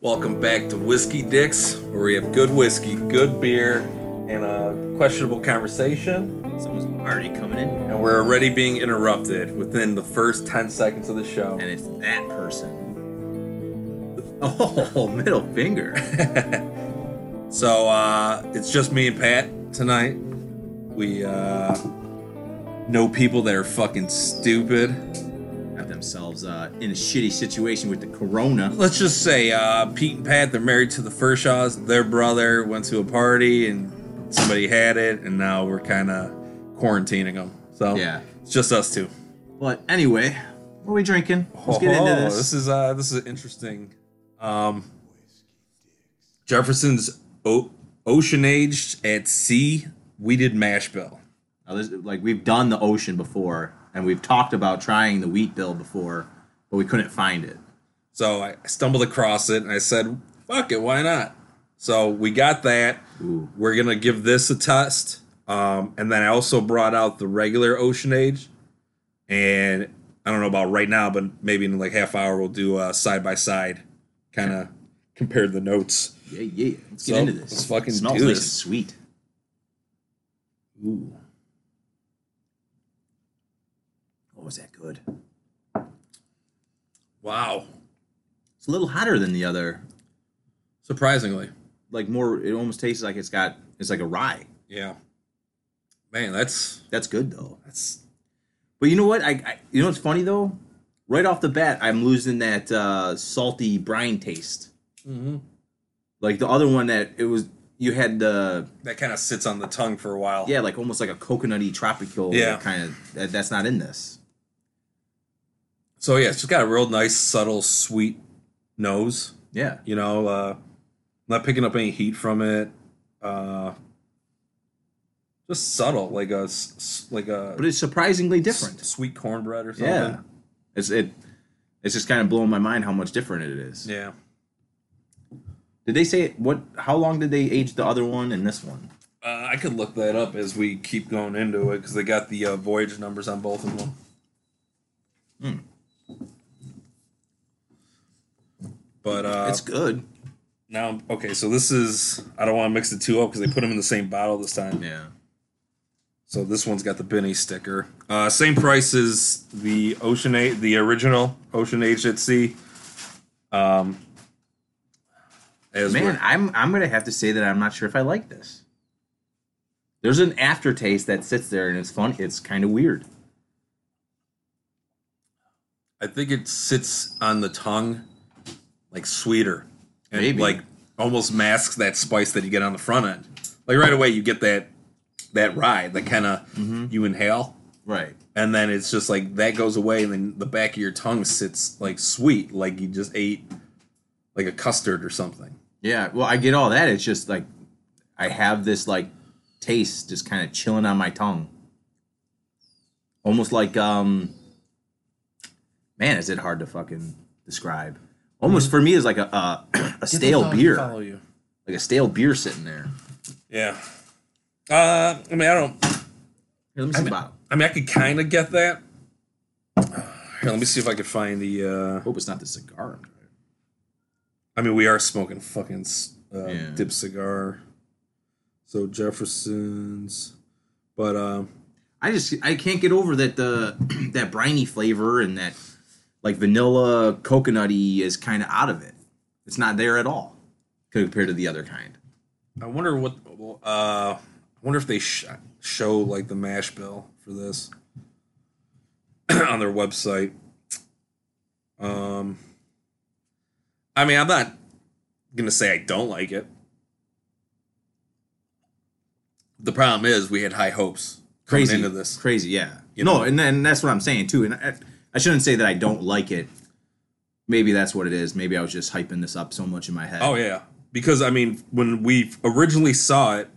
Welcome back to Whiskey Dicks, where we have good whiskey, good beer, and a questionable conversation. Someone's already coming in, And we're already being interrupted within the first 10 seconds of the show. and it's that person. Oh, middle finger. So uh, it's just me and Pat tonight. We uh, know people that are fucking stupid. Got themselves uh, in a shitty situation with the corona. Let's just say uh, Pete and Pat, they're married to the Fershaws. Their brother went to a party and somebody had it, and now we're kind of quarantining them. So Yeah. it's just us two. But anyway, what are we drinking? Let's get into Oh, this. is uh, this is interesting. Um, Jefferson's o- Ocean Aged at Sea Weeded Mash Bill. Now, this- like we've done the ocean before, and we've talked about trying the wheat bill before, but we couldn't find it. So I stumbled across it and I said, fuck it, why not? So we got that. Ooh. We're going to give this a test. Um, and then I also brought out the regular Ocean Age. And I don't know about right now, but maybe in like half hour, we'll do a side by side kind of compare the notes. Yeah, yeah. Let's So, get into this. let's fucking It smells do nice this. and sweet. Ooh. Oh, is that good? Wow. It's a little hotter than the other. Surprisingly. Like more, it almost tastes like it's got. It's like a rye. Yeah. Man, that's That's good though. that's But you know what? I, I you know what's funny though? Right off the bat, I'm losing that uh, salty brine taste. Mm-hmm. Like the other one that it was, you had the that kind of sits on the tongue for a while. yeah, like almost like a coconutty tropical Yeah. kind of. That, that's not in this. So yeah, it's just got a real nice, subtle, sweet nose. Yeah, you know uh not picking up any heat from it uh just subtle like a s- s- like a but it's surprisingly s- different. sweet cornbread or something Yeah, it's it. It's just kind of blowing my mind how much different it is. yeah Did they say what? How long did they age the other one and this one? uh, i could look that up as we keep going into it because they got the uh, voyage numbers on both of them Hmm. but uh it's good. now I'm- okay so this is i don't want to mix the two up because they put them in the same bottle this time Yeah, So this one's got the Benny sticker. Uh, same price as the Ocean Age, the original Ocean Age at Sea. Um, as man, we're- I'm I'm gonna have to say that I'm not sure if I like this. There's an aftertaste that sits there and it's fun. It's kind of weird. I think it sits on the tongue like sweeter, and Maybe. like almost masks that spice that you get on the front end. Like right away, you get that that ride that kind of you inhale, Right. and then it's just like that goes away, and then the back of your tongue sits like sweet, like you just ate like a custard or something. Yeah. Well, I get all that. It's just like I have this like taste just kind of chilling on my tongue, almost like um, man, is it hard to fucking describe? Almost for me is like a a, a stale beer, like a stale beer sitting there. Yeah. Uh, I mean, I don't. Here, let me see the bottle. I mean, I could kind of get that. Here, let me see if I could find the. uh Hope it's not the cigar. I mean, we are smoking fucking s- uh, Yeah. dip cigar. So Jefferson's, but um, I just I can't get over that the that briny flavor and that like vanilla coconutty is kind of out of it. It's not there at all compared to the other kind. I wonder what. Uh, I wonder if they sh- show like the mash bill for this on their website. Um, I mean, I'm not gonna say I don't like it. The problem is we had high hopes coming Crazy into this. crazy, yeah. no, and and that's what I'm saying too. And I, I shouldn't say that I don't like it. Maybe that's what it is. Maybe I was just hyping this up so much in my head. Oh yeah, because I mean, when we originally saw it,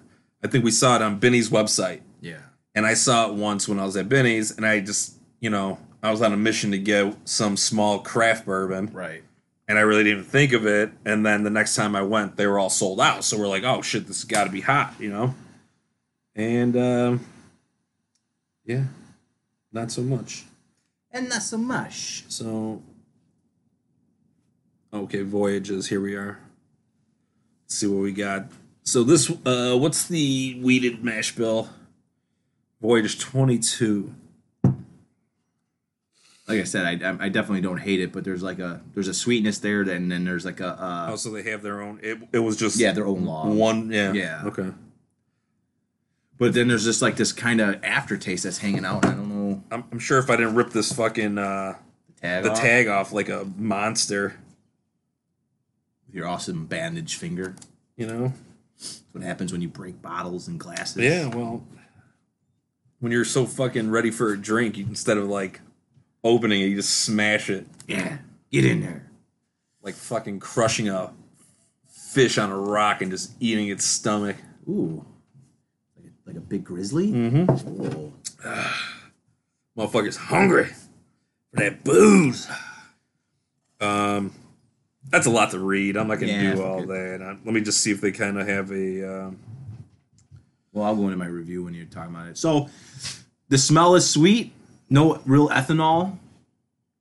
I think we saw it on Benny's website. yeah, and I saw it once when I was at Benny's, and I just, you know, I was on a mission to get some small craft bourbon, right. and I really didn't even think of it. And then the next time I went, they were all sold out. So we're like, oh shit, this has got to be hot, you know? And, um, yeah, not so much. And not so much. So, Okay, voyages. Here we are. Let's see what we got. So this, uh, what's the weeded mash bill? Voyage twenty two. Like I said, I, I- I definitely don't hate it, but there's like a there's a sweetness there, and then there's like a uh, Oh, so they have their own. It, it was just yeah their own law. one. Yeah. Yeah. Okay. But then there's just like this kind of aftertaste that's hanging out. and I don't know I'm, I'm sure if I didn't rip this fucking uh, the tag. the off tag off like a monster, with your awesome bandage finger. you know. That's what happens when you break bottles and glasses. Yeah, well, when you're so fucking ready for a drink, you, instead of like opening it, you just smash it yeah. Get in there. like fucking crushing a fish on a rock and just eating its stomach. Ooh, like a, like a big grizzly. Mm-hmm. Ooh. Motherfuckers hungry for that booze. Um, that's a lot to read. I'm not gonna Yeah, do fuck all it. that. Uh, let me just see if they kind of have a. Um, Well, I'll go into my review when you're talking about it. So, the smell is sweet, no real ethanol,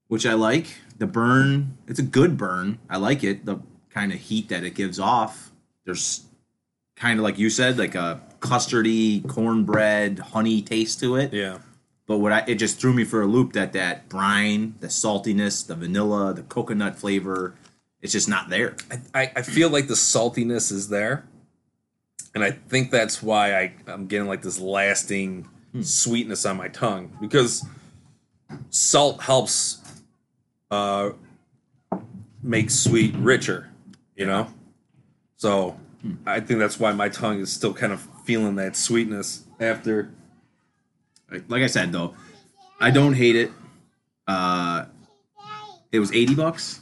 which I like. The burn, it's a good burn. I like it. The kind of heat that it gives off. There's kind of like you said, like a custardy cornbread honey taste to it. yeah, But what I it just threw me for a loop that that brine, the saltiness, the vanilla, the coconut flavor, it's just not there. I, I, I feel like the saltiness is there, and I think that's why I, I'm getting like this lasting sweetness on my tongue because salt helps uh, make sweet richer, you know. So I think that's why my tongue is still kind of feeling that sweetness after. Like, like I said though, I don't hate it. Uh, it was eighty bucks.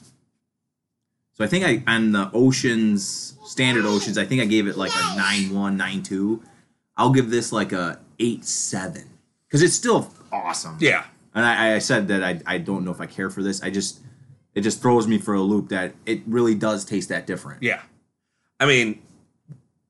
So I think I on the oceans standard oceans, I think I gave it like a nine one nine two. I'll give this like a eight seven because it's still awesome. Yeah, and I, I said that I, I don't know if I care for this. I just it just throws me for a loop that it really does taste that different. yeah. I mean,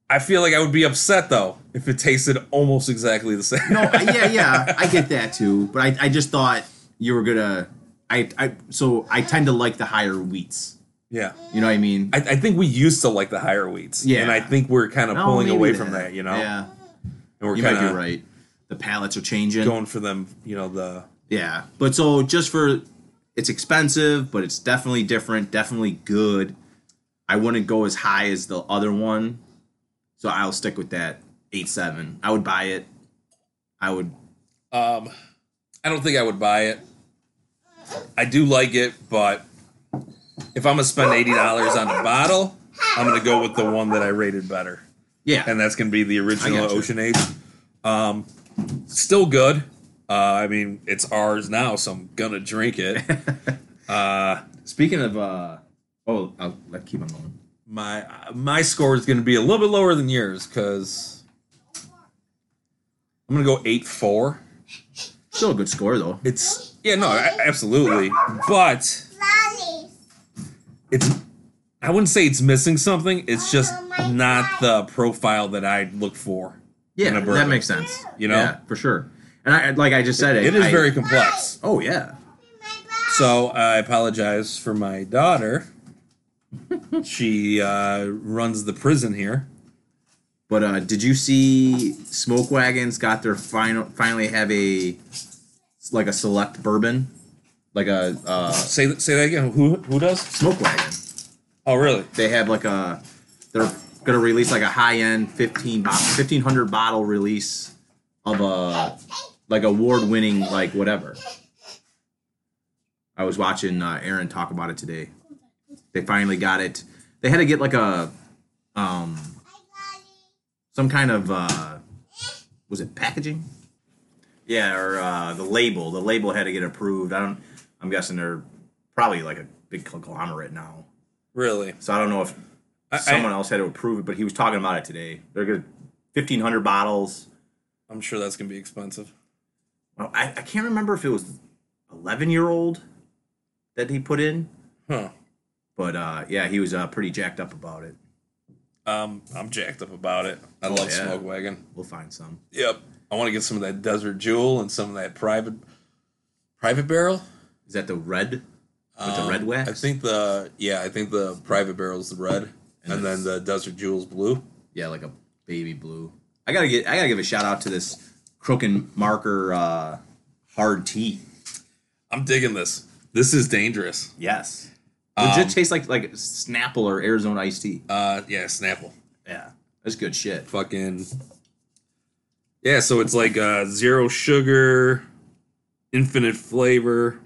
I feel like I would be upset though if it tasted almost exactly the same. No, I- yeah, yeah, I get that too. But I, I just thought you were gonna. I, I so I tend to like the higher wheats. yeah. You know what I mean? I, I think we used to like the higher wheats. Yeah. And I think we're kind of No, pulling maybe away from that, you know? Yeah, And we're you might kind be of right. The palettes are changing. going for them, you know, the. Yeah, but so just for it's expensive, but it's definitely different, definitely good. I wouldn't go as high as the other one, so I'll stick with that eight seven. I would buy it. I would. Um, I don't think I would buy it. I do like it, but if I'm going to spend $80 on a bottle, I'm going to go with the one that I rated better. Yeah, and that's going to be the original gotcha. Ocean Age. Um, still good. Uh, I mean, it's ours now, so I'm gonna drink it. uh, Speaking of, uh, oh, I'll, I'll keep on going. my my score is going to be a little bit lower than yours because I'm going to go eight four. Still a good score though. It's yeah, no, a- absolutely, but it's I wouldn't say it's missing something. It's just not the profile that I look for. Yeah, a bourbon. that makes sense. You know? yeah, for sure. And I, like I just said, It I, is I- very complex. Oh yeah, So I apologize for my daughter. she uh, runs the prison here. but uh, did you see Smoke Wagons got their final finally have a like a select bourbon, like a uh, Say th- say that again. Who who does? Smoke Wagon. Oh, really? They have like a they're gonna release like a high end fifteen fifteen hundred bottle release of a like award winning like whatever. I was watching uh, Aaron talk about it today. They finally got it. They had to get like a um some kind of uh was it packaging? Yeah, or uh, the label. The label had to get approved. I don't. I'm guessing they're probably like a big conglomerate now. Really? So I don't know if I- I- someone else had to approve it, but he was talking about it today. They're good. Fifteen hundred bottles. I'm sure that's gonna be expensive. Well, I, I can't remember if it was eleven year old that he put in, Huh. but uh, yeah, he was uh, pretty jacked up about it. Um, I'm jacked up about it. I Oh, love yeah. Smoke Wagon. We'll find some. Yep. I want to get some of that Desert Jewel and some of that private private barrel. Um, Is that the red? With the red wax? I think the yeah, I think the private barrel's the red, and, then the desert jewel's blue. Yeah, like a baby blue. I gotta get. I gotta give a shout out to this Crooken Marker uh, hard tea. I'm digging this. This is dangerous. Yes, Um, legit tastes like like Snapple or Arizona iced tea. Uh, yeah, Snapple, Yeah, that's good shit. fucking yeah. So it's like uh, zero sugar, infinite flavor,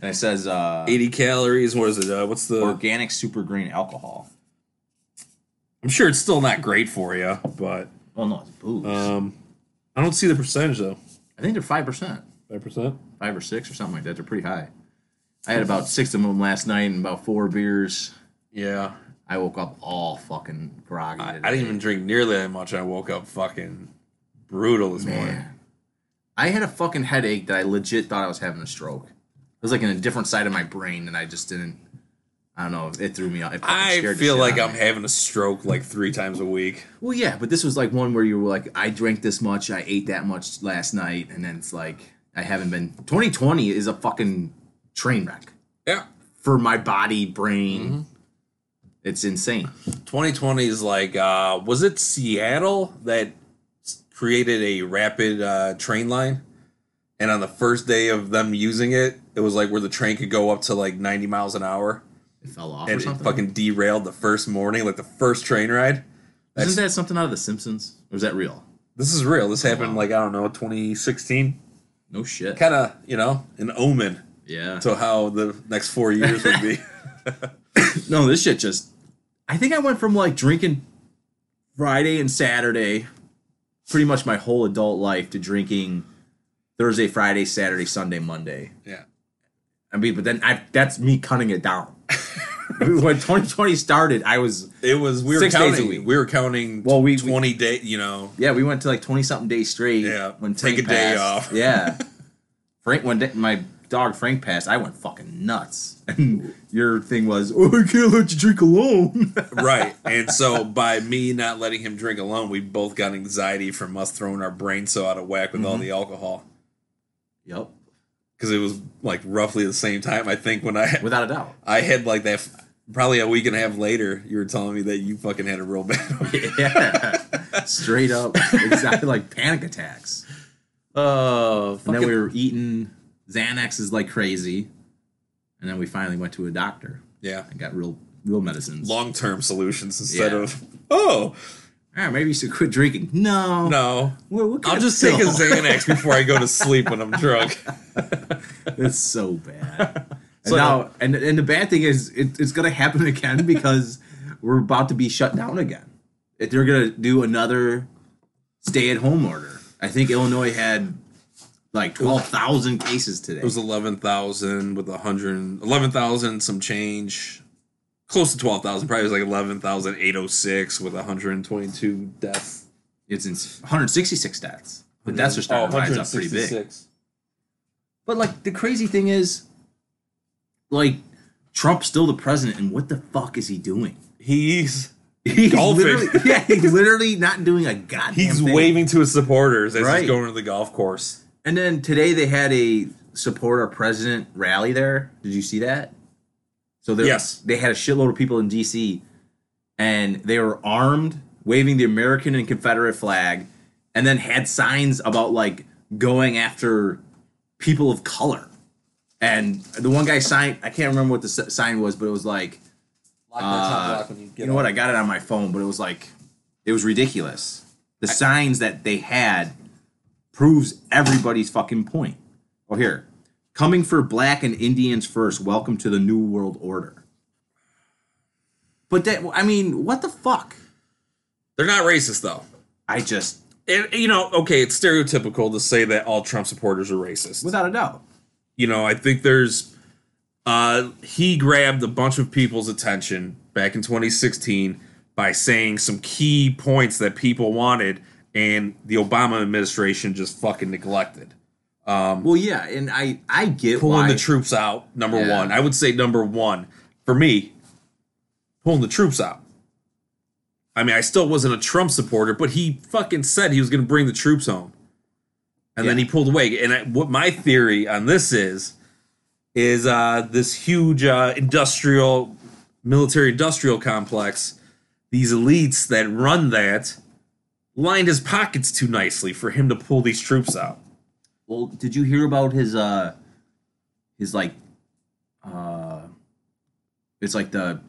And it says uh, 80 calories. What is it? Uh, what's the? organic super green alcohol. I'm sure it's still not great for you, but Well, no, it's booze. um, I don't see the percentage though. I think they're five percent, Five percent. five or six or something like that. They're pretty high. I had about six of them last night and about four beers. Yeah, I woke up all fucking groggy. I, I today. didn't even drink nearly that much. I woke up fucking brutal this morning. Man. I had a fucking headache that I legit thought I was having a stroke. It was like in a different side of my brain, and I just didn't. I don't know. It threw me off. It fucking scared I the feel shit like out of I'm me. having a stroke like three times a week. Well, yeah, but this was like one where you were like, I drank this much, I ate that much last night, and then it's like I haven't been. 2020 is a fucking train wreck Yeah. for my body, brain. It's insane. 2020 is like, uh, was it Seattle that s- created a rapid uh, train line? And on the first day of them using it, it was like where the train could go up to like 90 miles an hour. It fell off And or it something. fucking derailed the first morning, like the first train ride. Isn't that something out of The Simpsons? Or is that real? This is real. This happened like, I don't know, 2016. No shit. Kind of, you know, an omen Yeah. to how the next four years would be. No, this shit just. I think I went from like drinking Friday and Saturday, pretty much my whole adult life, to drinking Thursday, Friday, Saturday, Sunday, Monday. yeah. I mean, but then I, that's me cutting it down. when 2020 started, I was It was we were Six counting. days a week. We were counting. Well, Well, we- we we- twenty day. You know, yeah, we went to like 20 something days straight. Yeah, when Frank take a day off. yeah, Frank when da- my dog Frank passed, I went fucking nuts. And your thing was, oh, I can't let you drink alone. right? And so by me not letting him drink alone, we both got anxiety from us throwing our brain so out of whack with Mm-hmm. all the alcohol yep, because it was like roughly the same time. I think when I without a doubt. I had like that f- probably a week and a half later, you were telling me that you fucking had a real bad. one. Yeah, straight up, exactly like panic attacks. Oh, And fucking, then we were eating Xanaxes like crazy, and then we finally went to a doctor yeah. and got real, real medicines. Long term solutions instead Yeah. of oh All right, maybe you should quit drinking. No, no. What- what kind I'll of just take a pill? Xanax before I go to sleep when I'm drunk. It's so bad. So- and now, and and the bad thing is, it, it's gonna happen again because we're about to be shut down again. If they're gonna do another stay-at-home order, I think Illinois had like twelve thousand cases today. It was eleven thousand with a hundred, eleven thousand some change, close to twelve thousand. Probably was like eleven thousand eight hundred six with hundred and twenty-two deaths. It's in 166 stats. The deaths are Oh, starting to rise up pretty big. But like the crazy thing is, like Trump's still the president, and what the fuck is he doing? He's He's Golfing. literally, yeah, he's literally not doing a goddamn. he's thing. waving to his supporters as Right. he's going to the golf course. And then today they had a support our president rally there. Did you see that? So there, Yes. they had a shitload of people in D.C. and they were armed, waving the American and Confederate flag, and then had signs about like going after people of color. And the one guy signed, I can't remember what the s- sign was, but it was like, uh, you know what? I got it on my phone, but it was like, it was ridiculous. The signs that they had proves everybody's fucking point. Oh, here. Coming for black and Indians first. Welcome to the New World Order. But that, I mean, what the fuck? They're not racist though. I just, And, you know, okay, it's stereotypical to say that all Trump supporters are racist. without a doubt. you know, I think there's uh he grabbed a bunch of people's attention back in 2016 by saying some key points that people wanted and the Obama administration just fucking neglected. Well, yeah, and I, I get Pulling why. the troops out, number Yeah. 1. I would say number 1 for me pulling the troops out. I mean, I still wasn't a Trump supporter, but he fucking said he was going to bring the troops home. And then Yeah. he pulled away. And I, what my theory on this is is uh, this huge uh, industrial, military industrial complex. These elites that run that lined his pockets too nicely for him to pull these troops out. Well, did you hear about his uh his like uh it's like the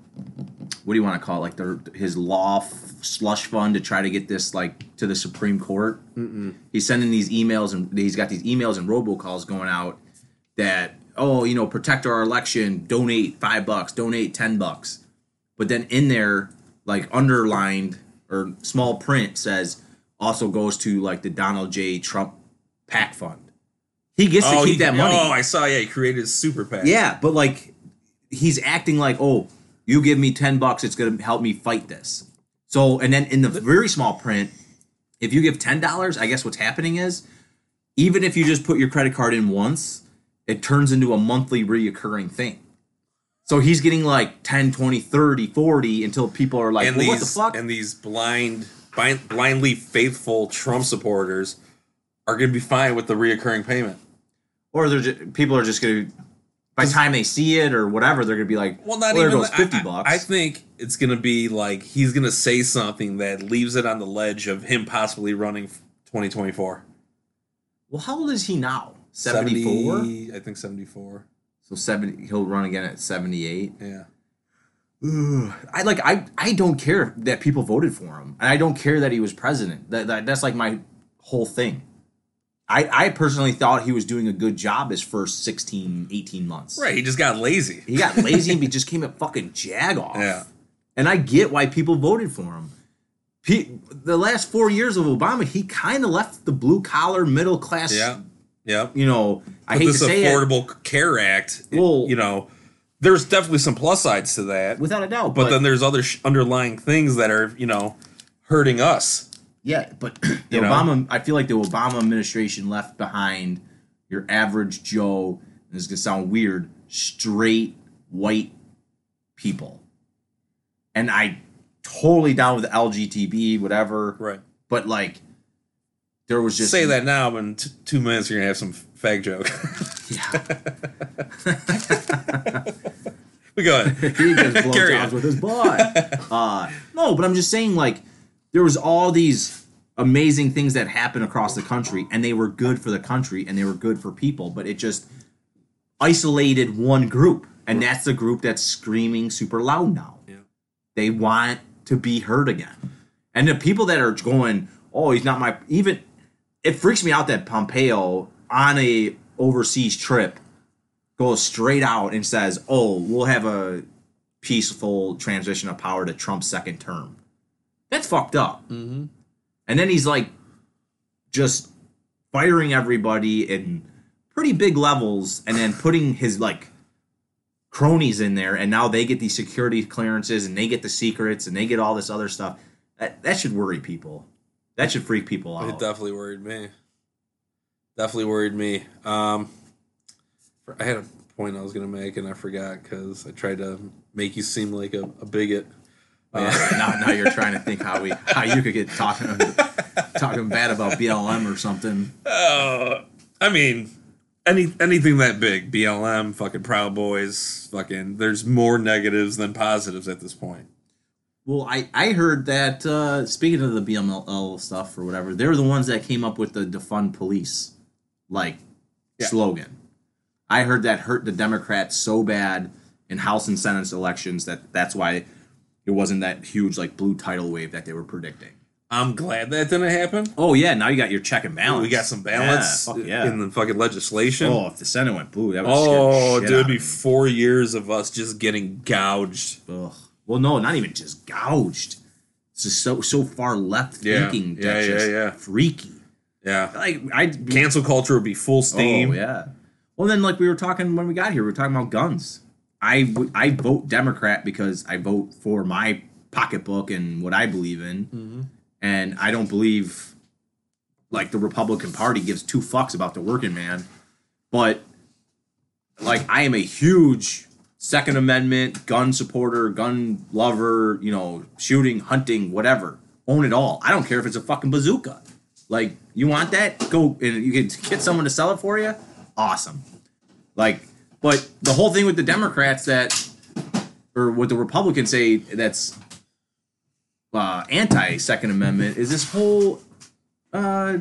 what do you want to call it? Like the his law f- slush fund to try to get this like to the Supreme Court. Mm-mm. He's sending these emails and he's got these emails and robocalls going out that oh you know protect our election, donate five bucks, donate ten bucks, but then in there like underlined or small print says also goes to like the Donald J. Trump PAC fund. He gets to keep he- that money. Oh, I saw. Yeah, he created a super PAC. Yeah, but like he's acting like, oh, you give me ten bucks, it's gonna help me fight this. So and then in the very small print, if you give ten dollars, I guess what's happening is even if you just put your credit card in once, it turns into a monthly reoccurring thing. So he's getting like 10, 20, 30, 40 until people are like, and well, these what the fuck? and these blind, blind, blindly faithful Trump supporters are going to be fine with the reoccurring payment. or they're just, people are just going to, by the time they see it or whatever, they're going to be like, Well, not there even goes I- 50 I, bucks. I think it's going to be like he's going to say something that leaves it on the ledge of him possibly running 2024. well, how old is he now? 74? 70, I think 74. So seventy, he'll run again at seventy-eight. Yeah. I like, I, I don't care that people voted for him, and I don't care that he was president. That, that that's like my whole thing. I, I personally thought he was doing a good job his first 16, 18 months. Right. He just got lazy. He got lazy and he just came a fucking jag off. Yeah. And I get why people voted for him. He, the last four years of Obama, he kind of left the blue collar, middle class. Yeah. Yeah. You know, I hate to This say it, Affordable Care Act, it- Well- you know, there's definitely some plus sides to that. without a doubt. but, then there's other sh- underlying things that are, you know, hurting us. Yeah, but the You know? Obama, I feel like the Obama administration left behind your average Joe, and this is going to sound weird, straight white people. And I totally down with LGTB, whatever. Right. But like, there was just. Say that now, but in t- two minutes you're gonna have some fag joke. Yeah. but go ahead. he gets Carry on. blowjobs with his boy. Uh, no, but I'm just saying, like, there was all these amazing things that happened across the country, and they were good for the country, and they were good for people, but it just isolated one group, and that's the group that's screaming super loud now. Yeah. They want to be heard again, and the people that are going, "Oh, he's not my even." It freaks me out that Pompeo on a overseas trip goes straight out and says, "Oh, we'll have a peaceful transition of power to Trump's second term." That's fucked up. Mm-hmm. And then he's like, just firing everybody in pretty big levels, and then putting his like cronies in there, and now they get these security clearances, and they get the secrets, and they get all this other stuff. That that should worry people. That should freak people It out. definitely worried me. Definitely worried me. Um, for- I had a point I was gonna make and I forgot because I tried to make you seem like a, a bigot. Yeah, Uh, now, now you're trying to think how we how you could get talking talking bad about BLM or something. Uh, I mean, any anything that big, BLM, fucking Proud Boys, fucking. There's more negatives than positives at this point. Well, I I heard that uh, speaking of the BLM stuff or whatever, they're the ones that came up with the defund police like Yeah. slogan. I heard that hurt the Democrats so bad in House and Senate elections that that's why it wasn't that huge like blue tidal wave that they were predicting. I'm glad that didn't happen. Oh yeah, now you got your check and balance. We got some balance Yeah, fuck yeah. in the fucking legislation. oh, if the Senate went blue, that would Oh, oh, dude, it'd be four years of us just getting gouged. Ugh. Well, no, not even just gouged. It's just so so far left Yeah. thinking. Yeah, that's yeah, just yeah. Freaky. Yeah. Like I'd be Cancel culture would be full steam. Oh yeah. Well, then, like we were talking when we got here, we were talking about guns. I w- I vote Democrat because I vote for my pocketbook and what I believe in, and I don't believe like the Republican Party gives two fucks about the working man. But like, I am a huge Second Amendment gun supporter, gun lover. You know, shooting, hunting, whatever. Own it all. I don't care if it's a fucking bazooka. Like, you want that? Go and you can get someone to sell it for you. Awesome. Like, But the whole thing with the Democrats that, or what the Republicans say that's uh, anti Second Amendment is this whole uh,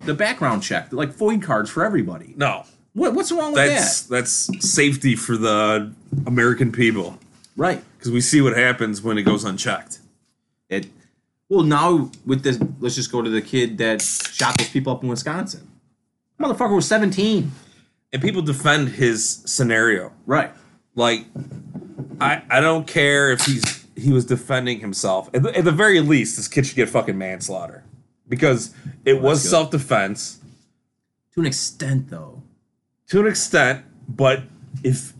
the background check, like FOID cards for everybody. No, What, what's wrong with that's that's safety for the American people that? Right. because we see what happens when it goes unchecked. It. Well, now with this, let's just go to the kid that shot those people up in Wisconsin. Motherfucker was seventeen. And people defend his scenario. Right. Like, I I don't care if he's he was defending himself. At the, at the very least, this kid should get fucking manslaughter because it was good. self defense To an extent, though. to an extent. But if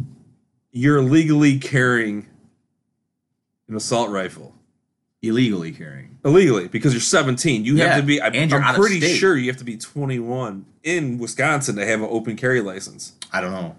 you're legally carrying an assault rifle Illegally carrying. illegally because you're 17, you Yeah, have to be. I, and you're I'm out of pretty state. sure you have to be 21 in Wisconsin to have an open carry license. I don't know.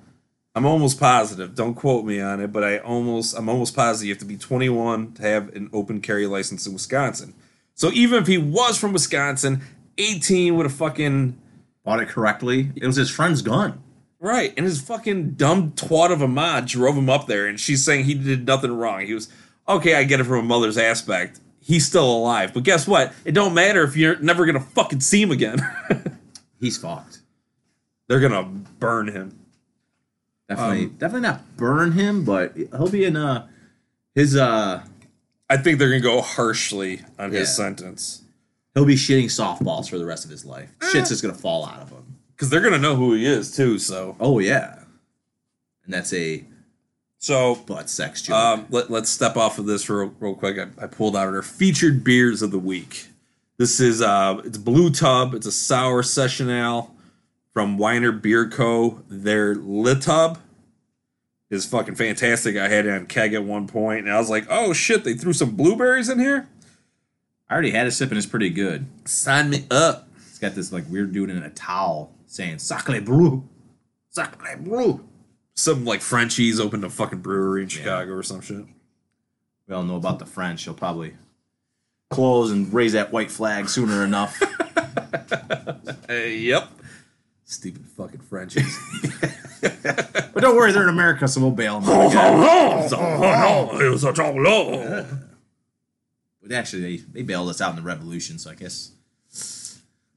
I'm almost positive. Don't quote me on it, but I almost I'm almost positive you have to be 21 to have an open carry license in Wisconsin. So even if he was from Wisconsin, 18 with a fucking Bought it correctly. It was his friend's gun. right, and his fucking dumb twat of a ma drove him up there, and she's saying he did nothing wrong. He was okay. I get it from a mother's aspect. He's still alive, but guess what? It don't matter if you're never gonna fucking see him again. He's fucked. They're gonna burn him. Definitely, definitely not burn him, but he'll be in uh his uh I think they're gonna go harshly on his Yeah. sentence he'll be shitting softballs for the rest of his life. Shit's just gonna fall out of him. because they're gonna know who he is too. So Oh yeah, and that's a so butt sex joke. Um, let, let's step off of this real, real quick. I, I pulled out our featured beers of the week. This is uh, it's Blue Tub. It's a sour session ale from Weiner Beer Co. Their Lit Tub is fucking fantastic. I had it on keg at one point, and I was like, "Oh shit!" They threw some blueberries in here. I already had a sip and it's pretty good. Sign me up. It's got this like weird dude in a towel saying "Sacre brew, sacre brew." Some like Frenchies opened a fucking brewery in Chicago or some shit. We all know about the French. They'll probably close and raise that white flag sooner enough. Uh, yep. Stupid fucking Frenchies. but don't worry, they're in America, so we'll bail them. out. But actually, they, they bailed us out in the revolution, so I guess.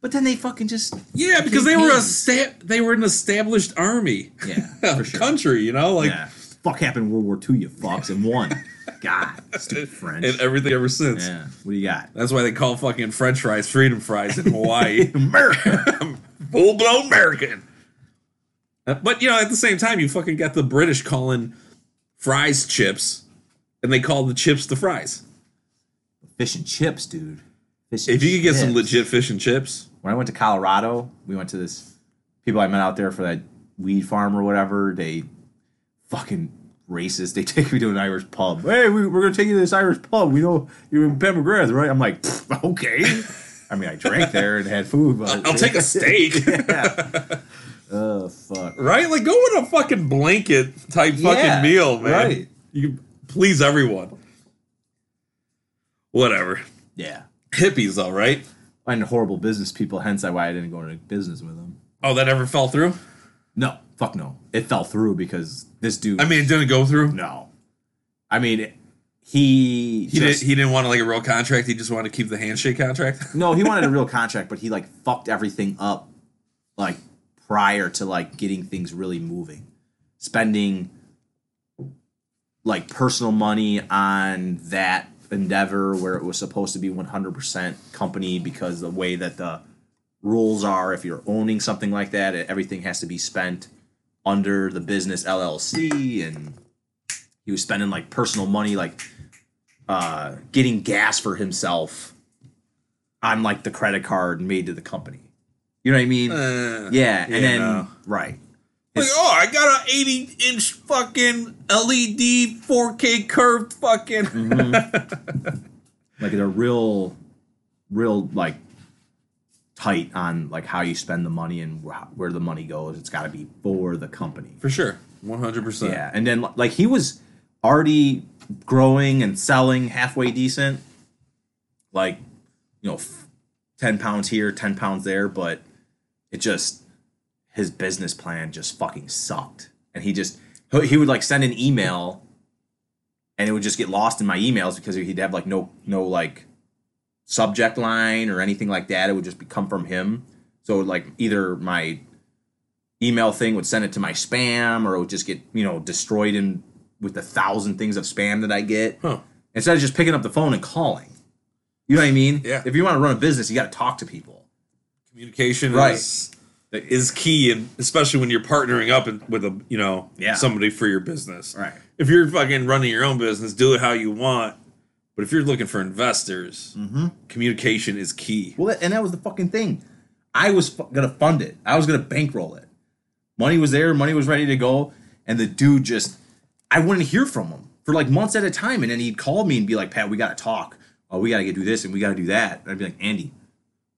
But then they fucking just Yeah, because they were a Campaigns. sta- they were an established army, yeah a for sure. country, you know, like Yeah. Fuck happened World War II, you fucks, and won. God, stupid French. and everything ever since. yeah, what do you got? That's why they call fucking French fries freedom fries in Hawaii. America. Full blown American. Uh, But you know, at the same time, you fucking got the British calling fries chips, and they call the chips the fries. Fish and chips, dude. Fish and If you could get some chips. legit fish and chips, when I went to Colorado, we went to this people I met out there for that weed farm or whatever. They fucking racist. They take me to an Irish pub. Hey, we, we're gonna take you to this Irish pub. We know you're in Ben McGrath, right? I'm like, "Pfft, okay. I mean, I drank there and had food, but I'll take a steak, yeah. Oh fuck. right? Like go with a fucking blanket type fucking Yeah, meal, man. right. You can please everyone. Whatever. Yeah. hippies though, right? And horrible business people. Hence, why I didn't go into business with them. Oh, that ever fell through? No, fuck no. It fell through because this dude. I mean, it didn't go through. no. I mean, it- he He didn't. He didn't want like a real contract. He just wanted to keep the handshake contract. No, he wanted a real contract, but he like fucked everything up like prior to like getting things really moving. Spending like personal money on that endeavor where it was supposed to be 100% company because the way that the rules are if you're owning something like that, it- everything has to be spent under the business LLC and he was spending like personal money like uh getting gas for himself on like the credit card made to the company. You know what I mean? Uh, yeah, and yeah, then no. right. like, It's- oh, I got a eighty-inch fucking LED, four K curved fucking. Mm-hmm. like they're real real like tight on like how you spend the money and wh- where the money goes it's got to be for the company For sure, one hundred percent. yeah and then like he was already growing and selling halfway decent like you know f- 10 pounds here 10 pounds there but it just his business plan just fucking sucked and he just he would like send an email, and it would just get lost in my emails because he'd have like no no like subject line or anything like that. It would just be, come from him. So it would, like either my email thing would send it to my spam, or it would just get you know destroyed in with the thousand things of spam that I get Huh. instead of just picking up the phone and calling. You know what I mean? Yeah. If you want to run a business, you got to talk to people. Communication Right. is is key, and especially when you're partnering up in- with a you know Yeah. somebody for your business. Right. If you're fucking running your own business, do it how you want. But if you're looking for investors, Mm-hmm. communication is key. Well, that, and that was the fucking thing. I was fu- gonna fund it. I was gonna bankroll it. Money was there. Money was ready to go. And the dude just, I wouldn't hear from him for like months at a time. And then he'd call me and be like, "Pat, we gotta talk. Oh, we gotta get do this and we gotta do that." And I'd be like, "Andy,"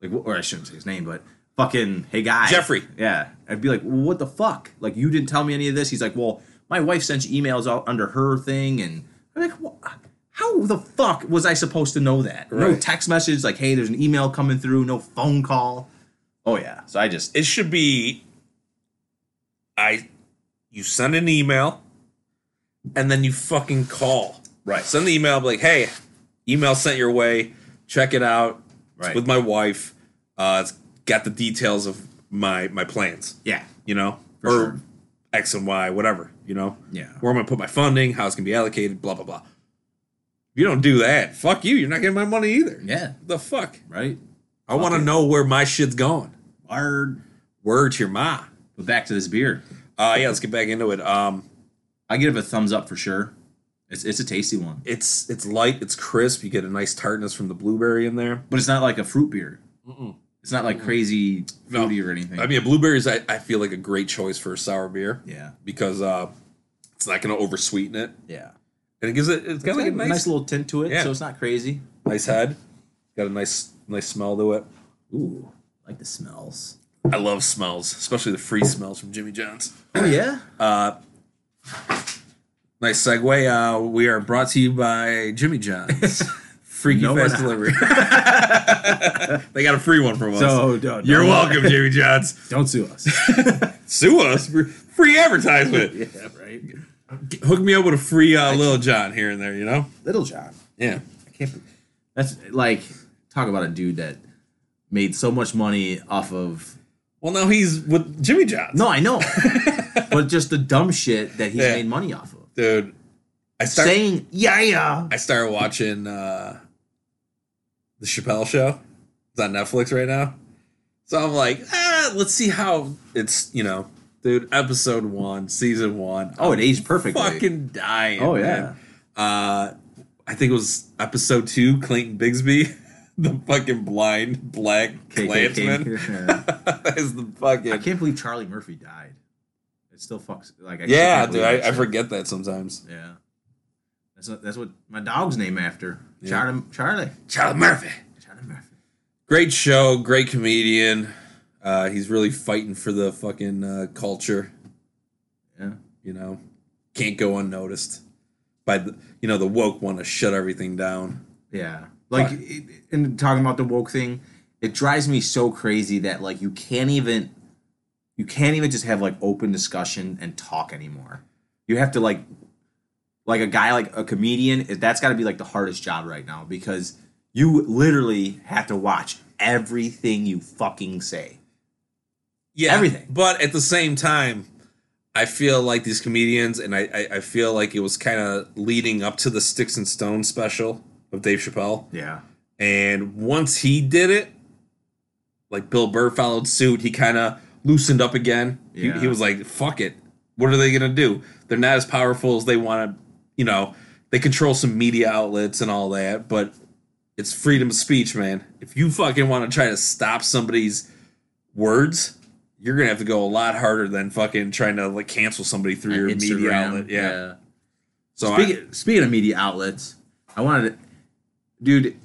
like, wh- or I shouldn't say his name, but fucking, hey guy, Jeffrey. Yeah. I'd be like, well, "What the fuck? Like, you didn't tell me any of this." He's like, "Well, my wife sent you emails out under her thing," and I'm like, "What?" How the fuck was I supposed to know that? No Right. text message like, hey, there's an email coming through, no phone call. Oh yeah. So I just It should be I you send an email and then you fucking call. Right. Send the email be like, hey, email sent your way. Check it out. It's Right. with my wife. Uh it's got the details of my my plans. Yeah. You know? For or sure. X and Y, whatever, you know? Yeah. Where I'm gonna put my funding, how it's gonna be allocated, blah blah blah. If you don't do that, fuck you, you're not getting my money either. Yeah. The fuck? Right? I wanna know where my shit's going. Word. Word to your ma. But back to this beer. Uh, yeah, let's get back into it. Um, I give it a thumbs up for sure. It's it's a tasty one. it's it's light, it's crisp. You get a nice tartness from the blueberry in there. But it's not like a fruit beer. It's not like crazy fruity or anything. I mean, a blueberry is I, I feel like a great choice for a sour beer yeah. because uh, it's not going to oversweeten it, Yeah. and it gives it it's got It's like a nice, nice, little tint to it, Yeah. so it's not crazy. head, got a nice nice smell to it. Ooh. I like the smells. I love smells, especially the free smells from Jimmy John's. Oh yeah? Nice segue. Uh, we are brought to you by Jimmy John's. Freaky No, we're fast not. delivery. they got a free one from us. So, don't- You're don't- welcome, Jimmy John's. Don't sue us. sue us for free advertisement. yeah, right. Hook me up with a free uh, Little John here and there, you know? Little John. Yeah. That's like talk about a dude that made so much money off of Well, now he's with Jimmy John's. No, I know. but just the dumb shit that he's Yeah. made money off of. Dude, I start, Saying yeah, yeah. I started watching uh, The Chappelle Show. It's on Netflix right now. So I'm like, ah, let's see how it's, you know, dude, episode one, season one. Oh, it aged perfectly. fucking dying. Oh, man. Uh, I think it was episode two, Clayton Bigsby, the fucking blind black Klansman. KKK. that is the I fucking can't believe Charlie Murphy died. It still fucks like I yeah, can't dude. believe I, that I shit. forget that sometimes. Yeah. That's what, that's what my dog's name after. Charlie Charlie. Charlie Murphy, Charlie Murphy. great show, great comedian. Uh, he's really fighting for the fucking uh, culture. Yeah. You know, can't go unnoticed by the you know the woke want to shut everything down. Yeah. Like Right. it, and talking about the woke thing, it drives me so crazy that like you can't even you can't even just have like open discussion and talk anymore. You have to like like a guy like a comedian, it- that's got to be like the hardest job right now because you literally have to watch everything you fucking say. yeah Everything. but at the same time i feel like these comedians and i i, I feel like it was kind of leading up to the sticks and stones special of dave chappelle Yeah. and once he did it like bill burr followed suit he kind of loosened up again Yeah. he, he was like fuck it what are they gonna do they're not as powerful as they want to you know they control some media outlets and all that but it's freedom of speech man if you fucking want to try to stop somebody's words you're gonna have to go a lot harder than fucking trying to like cancel somebody through your media outlet yeah, so I, Speaking, speaking of media outlets, I wanted to, dude,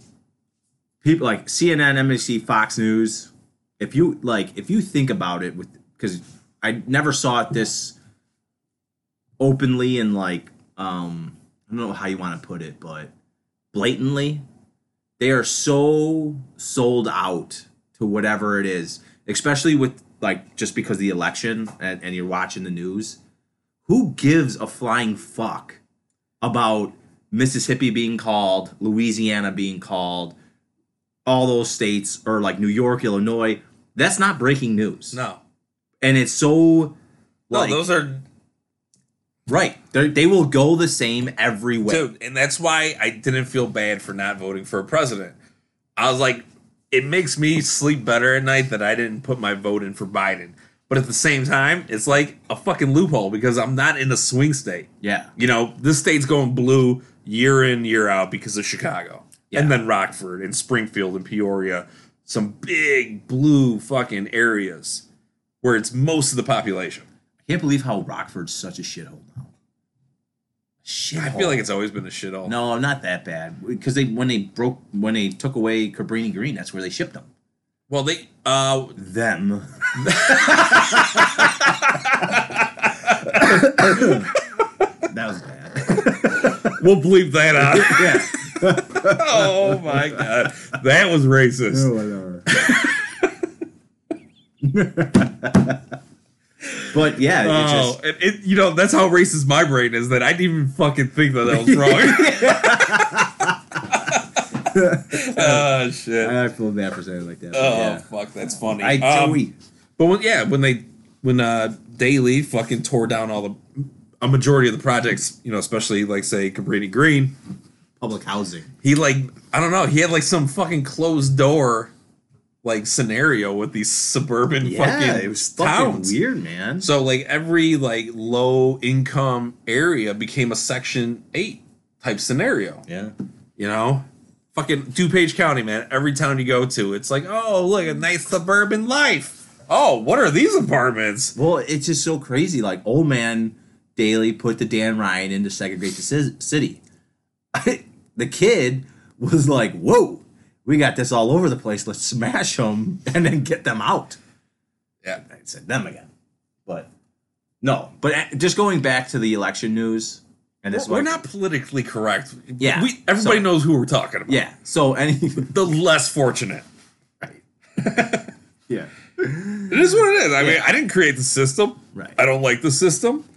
people like CNN, NBC, Fox News. If you like, if you think about it, with because I never saw it this openly and like, um, I don't know how you want to put it, but blatantly, they are so sold out to whatever it is, especially with like just because of the election and, and you're watching the news who gives a flying fuck about Mississippi being called, Louisiana being called, all those states, or like New York, Illinois? That's not breaking news. No. And it's so. No, Like, those are right. They're, they will go the same every way. dude, and that's why I didn't feel bad for not voting for a president. I was like, it makes me sleep better at night that I didn't put my vote in for Biden. But at the same time, it's like a fucking loophole because I'm not in a swing state. Yeah. You know, this state's going blue year in, year out because of Chicago. And then Rockford and Springfield and Peoria, some big blue fucking areas where it's most of the population. I can't believe how Rockford's such a shithole now. Shit. I feel like it's always been a shithole. Oh. No, not that bad. Because they when they broke when they took away Cabrini Green, that's where they shipped them. Well, they uh Them. that was bad. we'll bleep that out. Yeah. oh my god, that was racist. whatever. but yeah, it Oh, just it, it, you know that's how racist my brain is that I didn't even fucking think that that was wrong. oh shit! I feel bad for saying it like that. Oh yeah. fuck, that's funny. I Um, Joey. but when, yeah, when they when uh Daly fucking tore down all the a majority of the projects, you know, especially like say Cabrini Green, public housing. he like I don't know, he had like some fucking closed door like scenario with these suburban fucking towns. weird, man. So like every like low income area became a section eight type scenario. yeah. You know? Fucking DuPage County, man. Every town you go to, it's like, oh look, a nice suburban life. Oh, what are these apartments? Well, it's just so crazy. Like old man Daly put the Dan Ryan into segregate the ci- city. the kid was like, "Whoa, we got this all over the place. Let's smash them and then get them out." Yeah. I said them again, but no. But uh, just going back to the election news, and this We're one- not politically correct. Yeah. We, everybody So- knows who we're talking about. Yeah. So any The less fortunate. Yeah. It is what it is. I mean, I didn't create the system. Right. I don't like the system.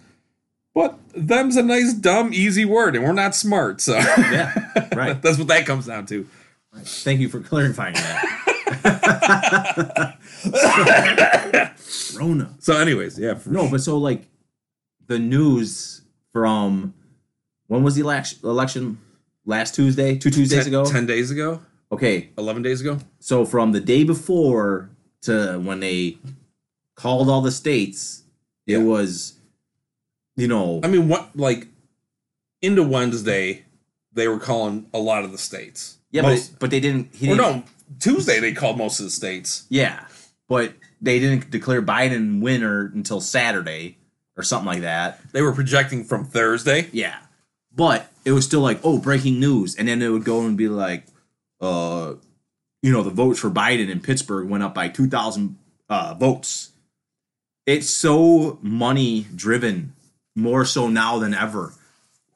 But them's a nice, dumb, easy word, and we're not smart, so yeah, right. that's what that comes down to. Thank you for clarifying that. Rona. So, anyways, yeah. for- No, but so like the news from when was the election? election? Last Tuesday, two Tuesdays ten, ago. ten days ago, Okay, eleven days ago. so from the day before to when they called all the states, Yeah. it was, you know, I mean, what like into Wednesday, they were calling a lot of the states. yeah, most, but, but they didn't. He or didn't no, Tuesday they called most of the states. Yeah, but they didn't declare Biden winner until Saturday or something like that. They were projecting from Thursday. Yeah. But it was still like, oh, breaking news. And then it would go and be like, uh, you know, the votes for Biden in Pittsburgh went up by 2,000 uh, votes. It's so money driven, more so now than ever.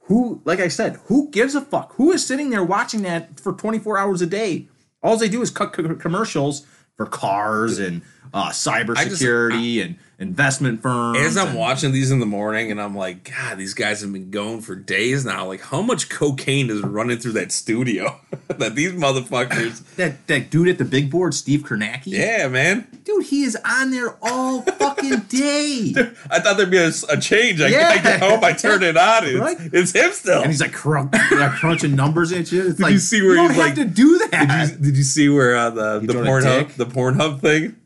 Who, like I said, who gives a fuck? Who is sitting there watching that for 24 hours a day? All they do is cut c- commercials for cars and uh, just- cybersecurity and investment firms. As I'm and- watching these in the morning, and I'm like, God, these guys have been going for days now. Like, how much cocaine is running through that studio that these motherfuckers? that, that dude at the big board, Steve Kornacki. yeah, man. Dude, he is on there all fucking day. I thought there'd be a, a change. I, Yeah. I get home, I turn it on. It's, Right. it's him still. and he's like, crunch, like crunching numbers and shit. It's like, you see where don't he's like- have to do that. did you, did you see where uh, the the drawing a Pornhub dick? the Pornhub thing?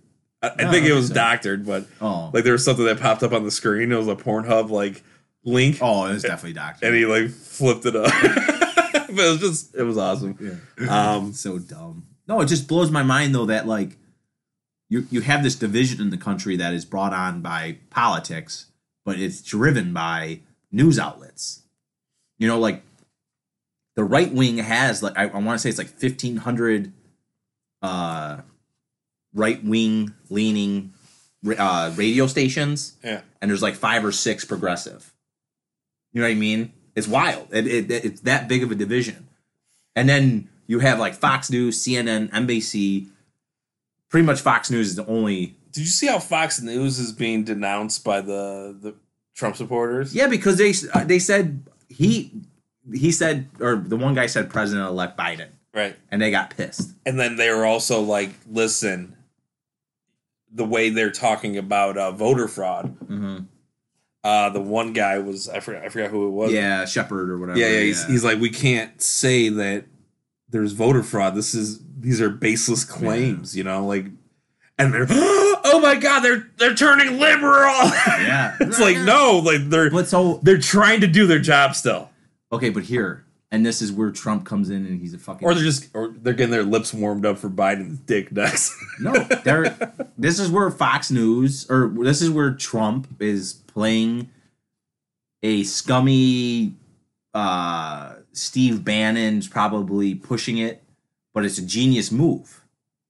I, I No, think I it don't was think so. doctored, but Oh. like there was something that popped up on the screen. It was a Pornhub like link, oh, it was definitely Doctor. and he like flipped it up. but it was just it was awesome. Um, so dumb. No, it just blows my mind though that like you you have this division in the country that is brought on by politics, but it's driven by news outlets. You know, like the right wing has like I, I want to say it's like fifteen hundred uh right wing leaning uh radio stations yeah, and there's like five or six progressive. You know what I mean? It's wild. It, it, it's that big of a division. And then you have like Fox News, CNN, NBC. Pretty much Fox News is the only. did you see how Fox News is being denounced by the the Trump supporters. Yeah, because they uh, they said he he said or the one guy said President Elect Biden, Right. and they got pissed. And then they were also like, listen, the way they're talking about uh, voter fraud. Mm-hmm. Uh, the one guy was I forgot I forgot who it was. Yeah, Shepard or whatever. yeah, yeah. He's, he's like, we can't say that there's voter fraud. This is these are baseless claims, you know. Like, and they're oh my god, they're they're turning liberal. Yeah. it's like no, like they're But so they're trying to do their job still, okay, but here and this is where Trump comes in and he's a fucking or they're just or they're getting their lips warmed up for Biden's dick next. No, they're, this is where Fox News or this is where Trump is playing a scummy uh Steve Bannon's probably pushing it, but it's a genius move.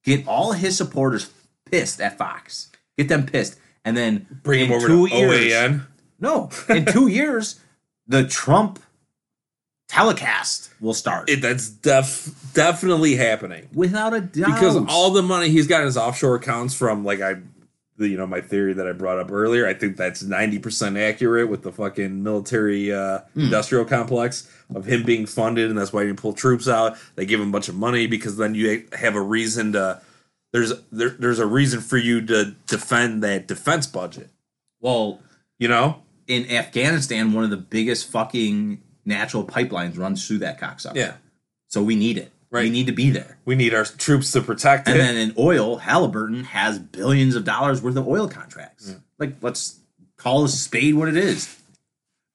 Get all his supporters pissed at Fox. Get them pissed. And then Bring him in over two to years- OAN. No, in two years, the Trump telecast will start. It, that's def definitely happening Without a doubt. because all the money he's got in his offshore accounts from like I. The, you know my theory that I brought up earlier. I think that's ninety percent accurate with the fucking military uh, Hmm. industrial complex of him being funded, and that's why he didn't pull troops out. They give him a bunch of money because then you have a reason to. There's there, there's a reason for you to defend that defense budget. well, You know, in Afghanistan, one of the biggest fucking natural pipelines runs through that cocksucker. So we need it. We Right. need to be there. We need our troops to protect it. And then in oil, Halliburton has billions of dollars worth of oil contracts. Like, let's call a spade what it is.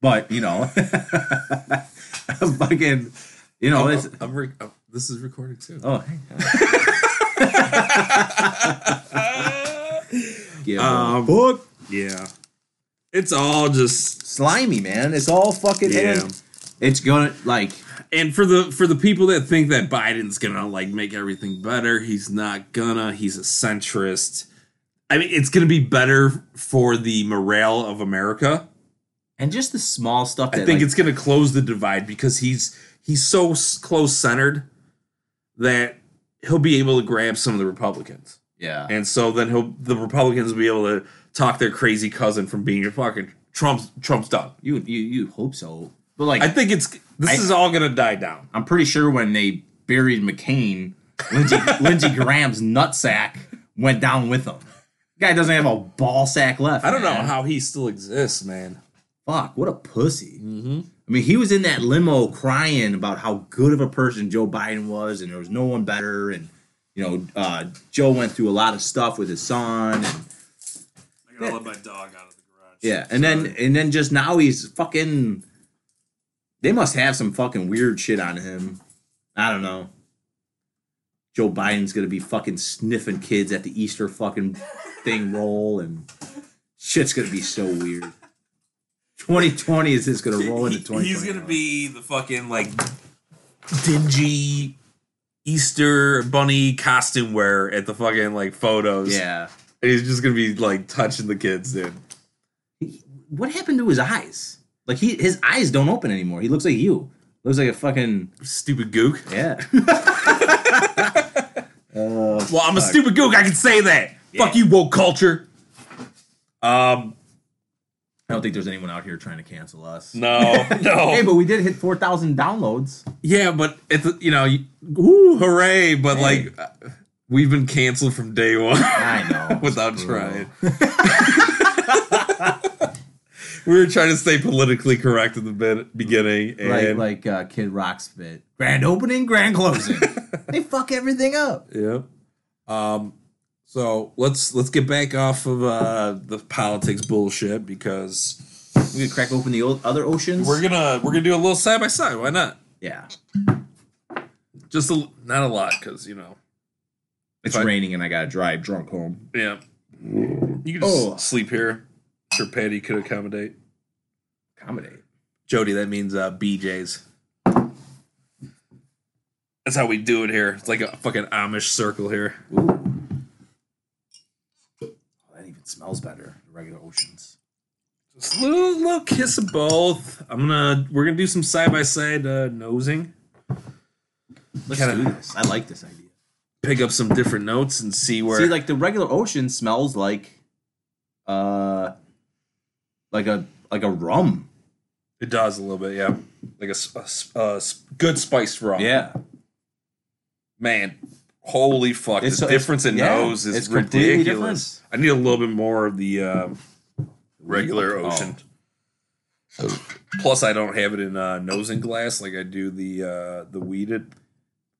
But, you know, fucking, you know, it's, I'm, I'm re- oh, this is recorded too. oh, hey. Give a Um, fuck. Yeah, it's all just Slimy, man. It's all fucking Yeah. in. It's gonna, like, and for the for the people that think that Biden's gonna like make everything better, he's not gonna. He's a centrist. I mean, it's gonna be better for the morale of America. and just the small stuff I that, think like, it's gonna close the divide because he's he's so s- close centered that he'll be able to grab some of the Republicans, yeah. and so then he'll the Republicans will be able to talk their crazy cousin from being your fucking Trump's Trump's done. You you you hope so, but like I think it's this I- is all gonna die down. I'm pretty sure when they buried McCain, Lindsey, Lindsey Graham's nutsack went down with him. Guy doesn't have a ball sack left. I don't know man. how he still exists, man. Fuck, what a pussy. Mm-hmm. I mean, he was in that limo crying about how good of a person Joe Biden was, and there was no one better. And you know, uh, Joe went through a lot of stuff with his son. And, I gotta let my dog out of the garage. yeah, and then and then just now he's fucking. They must have some fucking weird shit on him. I don't know. Joe Biden's gonna be fucking sniffing kids at the Easter fucking thing roll, and shit's gonna be so weird. 2020 is just gonna roll into 2020. he's gonna be the fucking like dingy Easter bunny costume wearer at the fucking like photos. yeah. and he's just gonna be like touching the kids, dude. What happened to his eyes? Like he, his eyes don't open anymore. He looks like you. Looks like a fucking Stupid gook. yeah. Oh, Well, I'm a stupid gook. I can say that. Fuck you, woke culture. Um, I don't think there's anyone out here trying to cancel us. no, no. Hey, but we did hit 4,000 downloads. yeah, but it's you know, you- woo, hooray! But Hey. like, uh, we've been canceled from day one. I know. without It's brutal. trying. we were trying to stay politically correct at the be- beginning, Like and like uh, Kid Rock's bit. Grand opening, grand closing. they fuck everything up. yeah. Um, so let's let's get back off of uh, the politics bullshit because We could crack open the old other oceans. we're gonna we're gonna do a little side by side. Why not? yeah. Just a, l- not a lot because you know, It's But- raining and I gotta drive drunk home. yeah. You can just Oh. sleep here. Sure, Patty could accommodate. Accommodate. Jody, that means uh, BJ's. That's how we do it here. It's like a fucking Amish circle here. Ooh. Oh, that even smells better. The regular oceans. Just a little, little kiss of both. I'm gonna we're gonna do some side by side uh, nosing, Let's Kinda- do this. I like this idea. pick up some different notes, and see where. See, like the regular ocean smells like uh like a, like a rum. It does a little bit, yeah. Like a, s- a s- a s- good spiced rum. Yeah, Man, holy fuck. It's- the it's- difference in yeah, nose is it's completely ridiculous. I need a little bit more of the uh, regular Oh. ocean. Plus, I don't have it in uh, nose and glass like I do the uh, the weeded.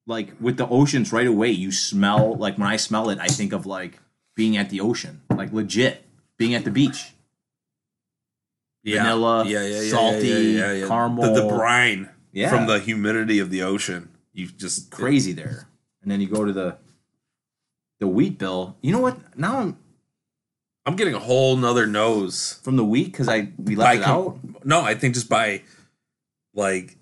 like with the oceans right away. You smell like when I smell it, I think of like being at the ocean, like legit being at the beach. Vanilla, salty, caramel. The, the brine Yeah. from the humidity of the ocean. You just crazy there. And then you go to the the wheat bill. You know what? Now I'm I'm getting a whole nother nose. from the wheat because I we left By it out. com- No, I think just by like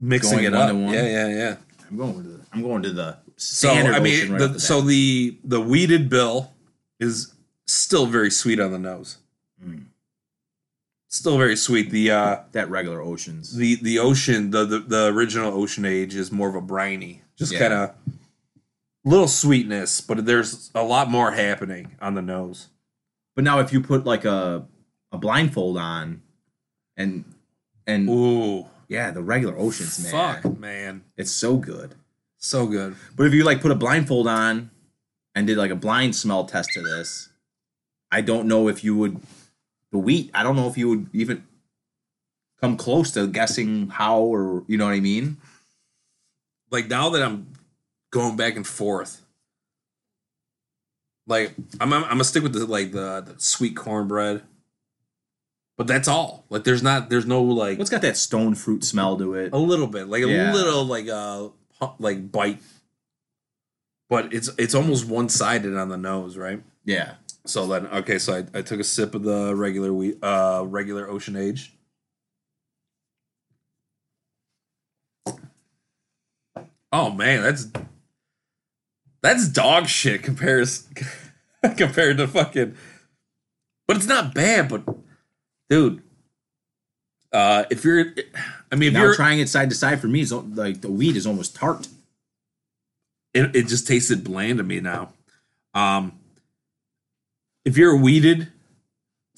mixing it Going one up. to one? Yeah, yeah, yeah. I'm going to the I'm going to the So standard I mean, ocean right the, off the so bat. the the weeded bill is still very sweet on the nose. Mm. Still very sweet. The uh that regular oceans. the the ocean the the, the original ocean age is more of a briny just Yeah. kind of little sweetness but there's a lot more happening on the nose But now if you put like a a blindfold on and and ooh yeah, the regular oceans, man. fuck man It's so good. so good But if you like put a blindfold on and did like a blind smell test to this, I don't know if you would the wheat, I don't know if you would even come close to guessing how or you know what I mean? like now that i'm going back and forth like i'm i'm, I'm gonna stick with the like the, the sweet cornbread but that's all like there's not there's no like What's got that stone fruit smell to it? a little bit like a Yeah. little like uh pu- like bite but it's it's almost one-sided on the nose right Yeah. so then okay so i, I took a sip of the regular we uh regular ocean age oh man that's that's dog shit compares compared to fucking but it's not bad but dude uh if you're i mean if now you're trying it side to side for me is al- like the wheat is almost tart. it, it just tasted bland to me now. Um, if you're a weeded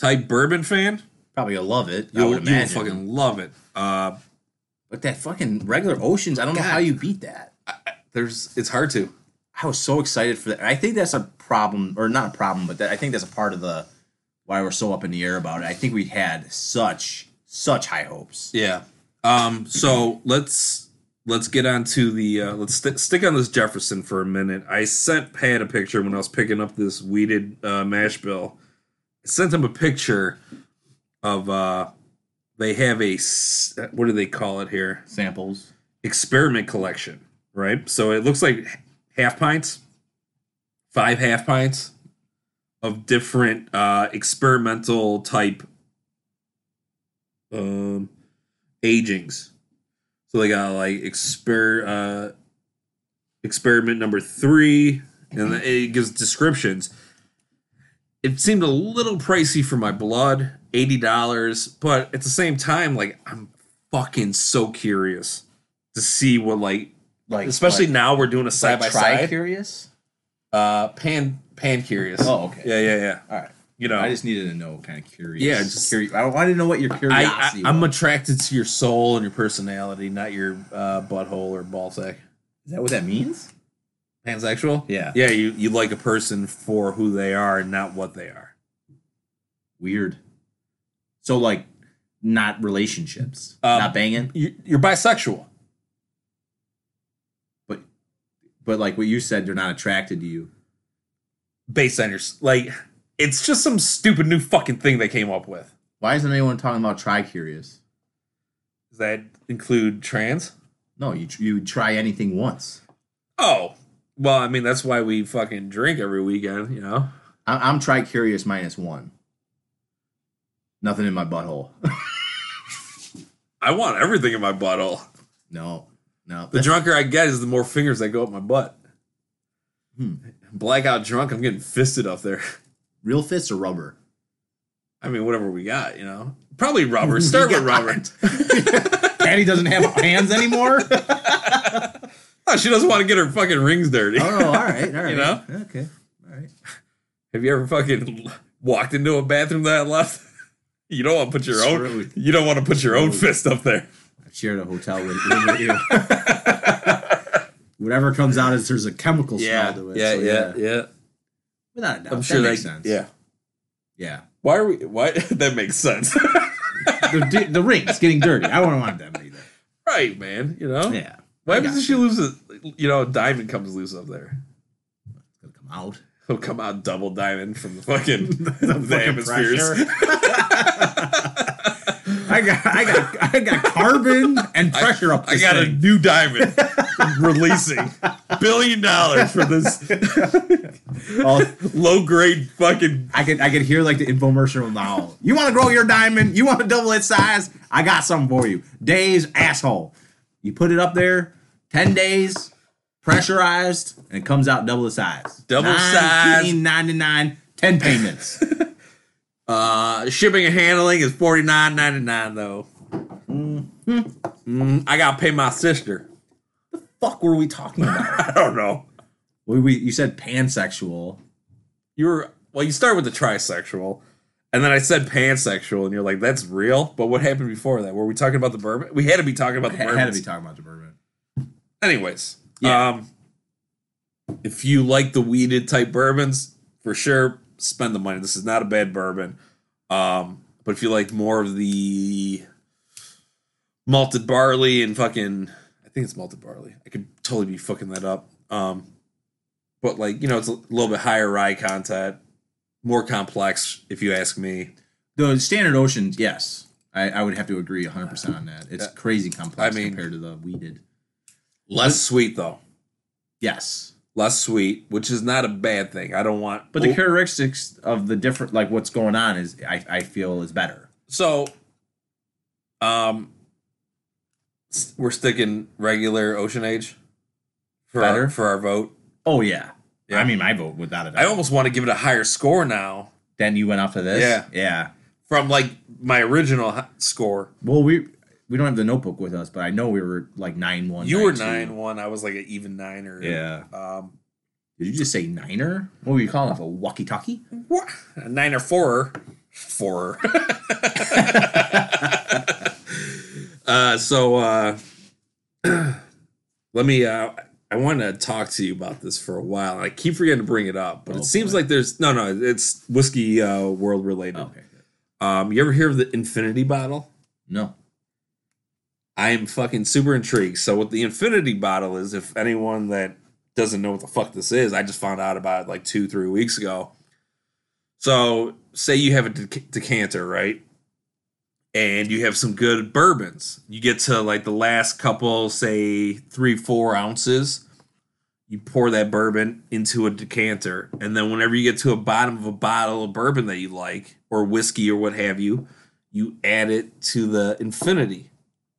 type bourbon fan, Probably gonna love it. I you'll, would you'll imagine. fucking love it. Uh, but that fucking regular oceans, I don't know God. how you beat that. there's it's hard to. I was so excited for that. I think that's a problem, or not a problem, but that, I think that's a part of the why we're so up in the air about it. I think we had such such high hopes. Yeah. Um, so let's let's get on to the uh, let's st- stick on this Jefferson for a minute. I sent Pat a picture when I was picking up this weeded uh, mash bill. I sent him a picture of uh, they have a s- what do they call it here? Samples. experiment collection, right? So it looks like half pints, five half pints of different uh, experimental type um, agings. So they got like exper uh, experiment number three, and then it gives descriptions. It seemed a little pricey for my blood, eighty dollars, but at the same time, like I'm fucking so curious to see what like Like especially now we're doing a side by side curious. uh pan pan curious Oh, okay. yeah yeah yeah All right. you know I just needed to know kind of curious. Yeah, just- curious. I wanted to know what your I, curiosity I i'm was. attracted to your soul and your personality not your uh butthole or ball sack Is that what that means? pansexual Yeah. yeah you you like a person for who they are and not what they are Weird. So like not relationships. Um, not banging. you, you're bisexual But but like what you said, they're not attracted to you. based on your s- like it's just some stupid new fucking thing they came up with Why isn't anyone talking about tri curious? does that include trans No, you you would try anything once. oh well i mean that's why we fucking drink every weekend you know I- I'm tri curious minus one. Nothing in my butthole. i want everything in my butthole no, no. The drunker I get is the more fingers that go up my butt. Hmm. Blackout drunk, I'm getting fisted up there. Real fists or rubber? I mean, whatever we got, you know. Probably rubber. Start with rubber. Patty doesn't have hands anymore. oh, Oh, she doesn't want to get her fucking rings dirty. Oh, all right, all right. You know? Okay, all right. Have you ever fucking walked into a bathroom that I left? You don't want to put your own. Screwed. You don't want to put your own fist up there. I've shared a hotel with over here. Whatever comes out is there's a chemical smell to it. so yeah. Without a doubt, I'm sure that that makes sense. Yeah. yeah. Why are we? Why that makes sense? the, di- the ring's getting dirty. I wouldn't want them either. right, man. You know. Yeah, What I happens got if she loses? You know, a diamond comes loose up there. it's gonna come out. He'll come out double diamond from the fucking the, Fucking atmospheres. pressure. I got, I got, I got carbon and pressure up. I This got a thing. new diamond releasing billion dollars for this All- low grade fucking. I could I could hear like the infomercial now. You want to grow your diamond? You want to double its size? I got something for you. Days asshole. You put it up there, ten days, pressurized, and it comes out double the size. Double size. ninety nine. Ten payments. Uh, shipping and handling is forty nine ninety nine though. Mm-hmm. Mm, I gotta pay my sister. Fuck, were we talking I about? don't know. we, we you said pansexual. You were well. You start with the trisexual, and then I said pansexual, and you're like, "That's real." But what happened before that? Were we talking about the bourbon? We had to be talking about the I bourbon. had to be talking about the bourbon. Anyways, Yeah. um, if you like the weeded type bourbons, for sure spend the money. This is not a bad bourbon. Um, but if you like more of the malted barley and fucking, I think it's malted barley. I could totally be fucking that up. Um, but like you know, it's a little bit higher rye content, more complex. If you ask me, The standard oceans, yes. I, I would have to agree 100% on that. It's crazy complex Uh, I mean- compared to the weeded. less sweet though, Yes. less sweet, which is not a bad thing. I don't want, But the characteristics of the different, like what's going on, is I, I feel is better. So, um, s- we're sticking regular Ocean Age for Better? our, for our vote. Oh yeah. Yeah. I mean, my vote without a doubt. I almost want to give it a higher score now then you went off of this. Yeah. Yeah. from like my original hi- score. Well, we we don't have the notebook with us, but I know we were like nine one. You were two. nine one. I was like an even nine or Yeah. um, Did you just say niner? What were you calling off a walkie talkie? wha- a nine or four, four. uh, so uh, let me. Uh, I want to talk to you about this for a while. and I keep forgetting to bring it up, but Oh, it seems boy. like there's no, no. It's whiskey uh, world related. Um, you ever hear of the infinity bottle? No. I am fucking super intrigued. So what the infinity bottle is, if anyone that doesn't know what the fuck this is, I just found out about it like two, three weeks ago. So say you have a dec- decanter, right? And you have some good bourbons. You get to like the last couple, say three, four ounces. You pour that bourbon into a decanter. And then whenever you get to a bottom of a bottle of bourbon that you like, or whiskey or what have you, you add it to the infinity.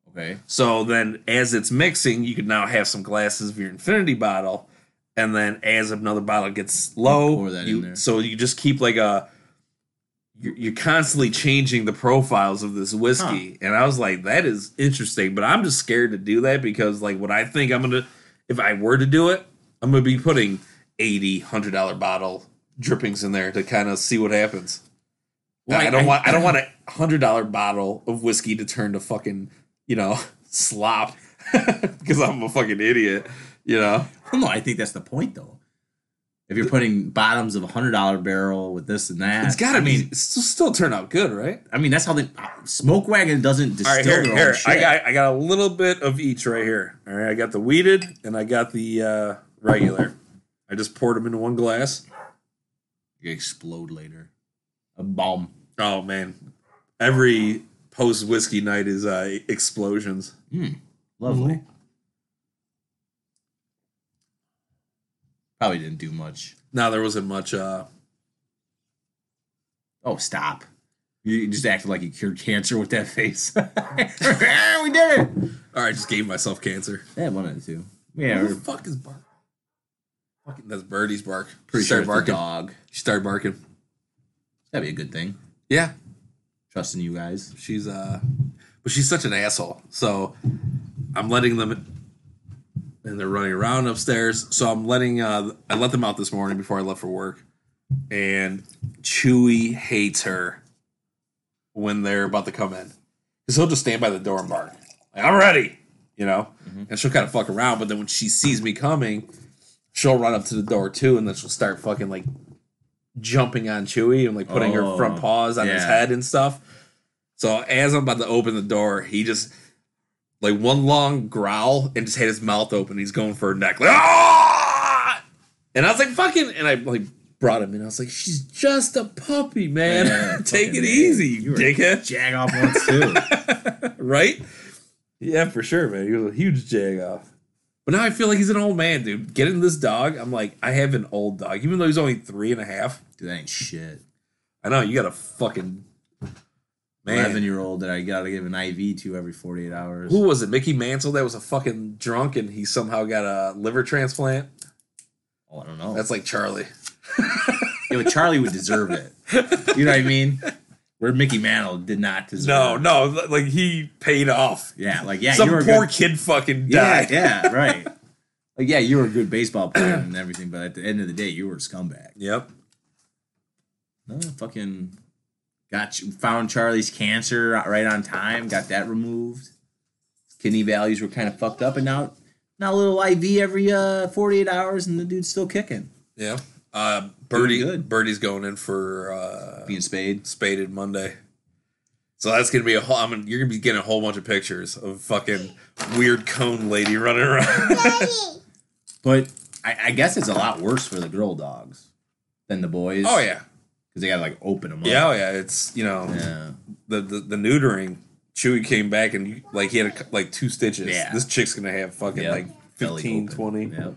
Okay. So then, as it's mixing, you can now have some glasses of your infinity bottle, and then as another bottle gets low, pour that you- in there. so you just keep like a. You're, you're constantly changing the profiles of this whiskey, and I was like, that is interesting, but I'm just scared to do that because like what I think I'm gonna, if I were to do it, I'm gonna be putting 80 hundred dollar bottle drippings in there to kind of see what happens. Well, I, I- don't I- want I don't want a hundred dollar bottle of whiskey to turn to fucking you know slop because I'm a fucking idiot. You know, Well, no, I think that's the point though. If you're putting bottoms of a hundred dollar barrel with this and that, it's got to I be mean, it's still turn out good, right? I mean, that's how the smoke wagon doesn't distill All right, here, their own here. shit. I got I got a little bit of each right here. All right, I got the weeded and I got the uh, regular. I just poured them into one glass. You explode later. A bomb. Oh man, every post whiskey night is uh, explosions. Lovely. Mm-hmm. Probably didn't do much. Now there wasn't much. Uh, Oh, stop. You just acted like you cured cancer with that face. Ah, we did it. all right, just gave myself cancer. Yeah, one of the two. Yeah, Who the we're fuck is bark? Fucking that's Birdie's bark. pretty She sure started it's barking. the dog. She started barking. That'd be a good thing. Yeah, Trusting you guys. she's uh, but she's such an asshole. So I'm letting them, and they're running around upstairs. So I'm letting uh, I let them out this morning before I left for work, and Chewy hates her. when they're about to come in. Because he'll just stand by the door and bark. Like, I'm ready, you know? Mm-hmm. And she'll kind of fuck around, but then when she sees me coming, she'll run up to the door too, and then she'll start fucking like jumping on Chewy and like putting her front Oh, paws on his yeah. head and stuff. So as I'm about to open the door, he just like one long growl and just had his mouth open. He's going for her neck. Like, "Ah!" And I was like, fucking, and I like brought him in. I was like, she's just a puppy, man. Man, Take it fucking man. easy, you were- dickhead. Jag off once too. Right? Yeah, for sure, man. He was a huge jag off. But now I feel like he's an old man, dude. Getting this dog, I'm like, I have an old dog, even though he's only three and a half. Dude, that ain't shit. I know you got a fucking man. Eleven year old that I gotta give an IV to every 48 hours. Who was it? Mickey Mantle? That was a fucking drunk, and he somehow got a liver transplant. Oh, I don't know. That's like Charlie. yeah, but Charlie would deserve it. You know what I mean? Where Mickey Mantle did not deserve. No, it. no, like he paid off. Yeah, like yeah, Some you were a poor good, kid fucking Yeah, died. yeah, right. Like yeah, you were a good baseball player and everything, but at the end of the day, you were a scumbag. Yep. No, fucking got found Charlie's cancer right on time. Got that removed. Kidney values were kind of fucked up, and now now a little IV every uh, 48 hours, and the dude's still kicking. Yeah. Uh, Birdie, Doing good. Birdie's going in for uh, Being spayed. spaded Monday. So that's gonna be a whole. I'm gonna, you're gonna be getting a whole bunch of pictures of fucking weird cone lady running around. But I, I guess it's a lot worse for the girl dogs than the boys. oh yeah, because they gotta like open them up. yeah, oh yeah. It's you know yeah. the, the the neutering. Chewy came back and you- like he had a, cou- like two stitches. Yeah. This chick's gonna have fucking Yep. like Belly 15, open. 20. Yep.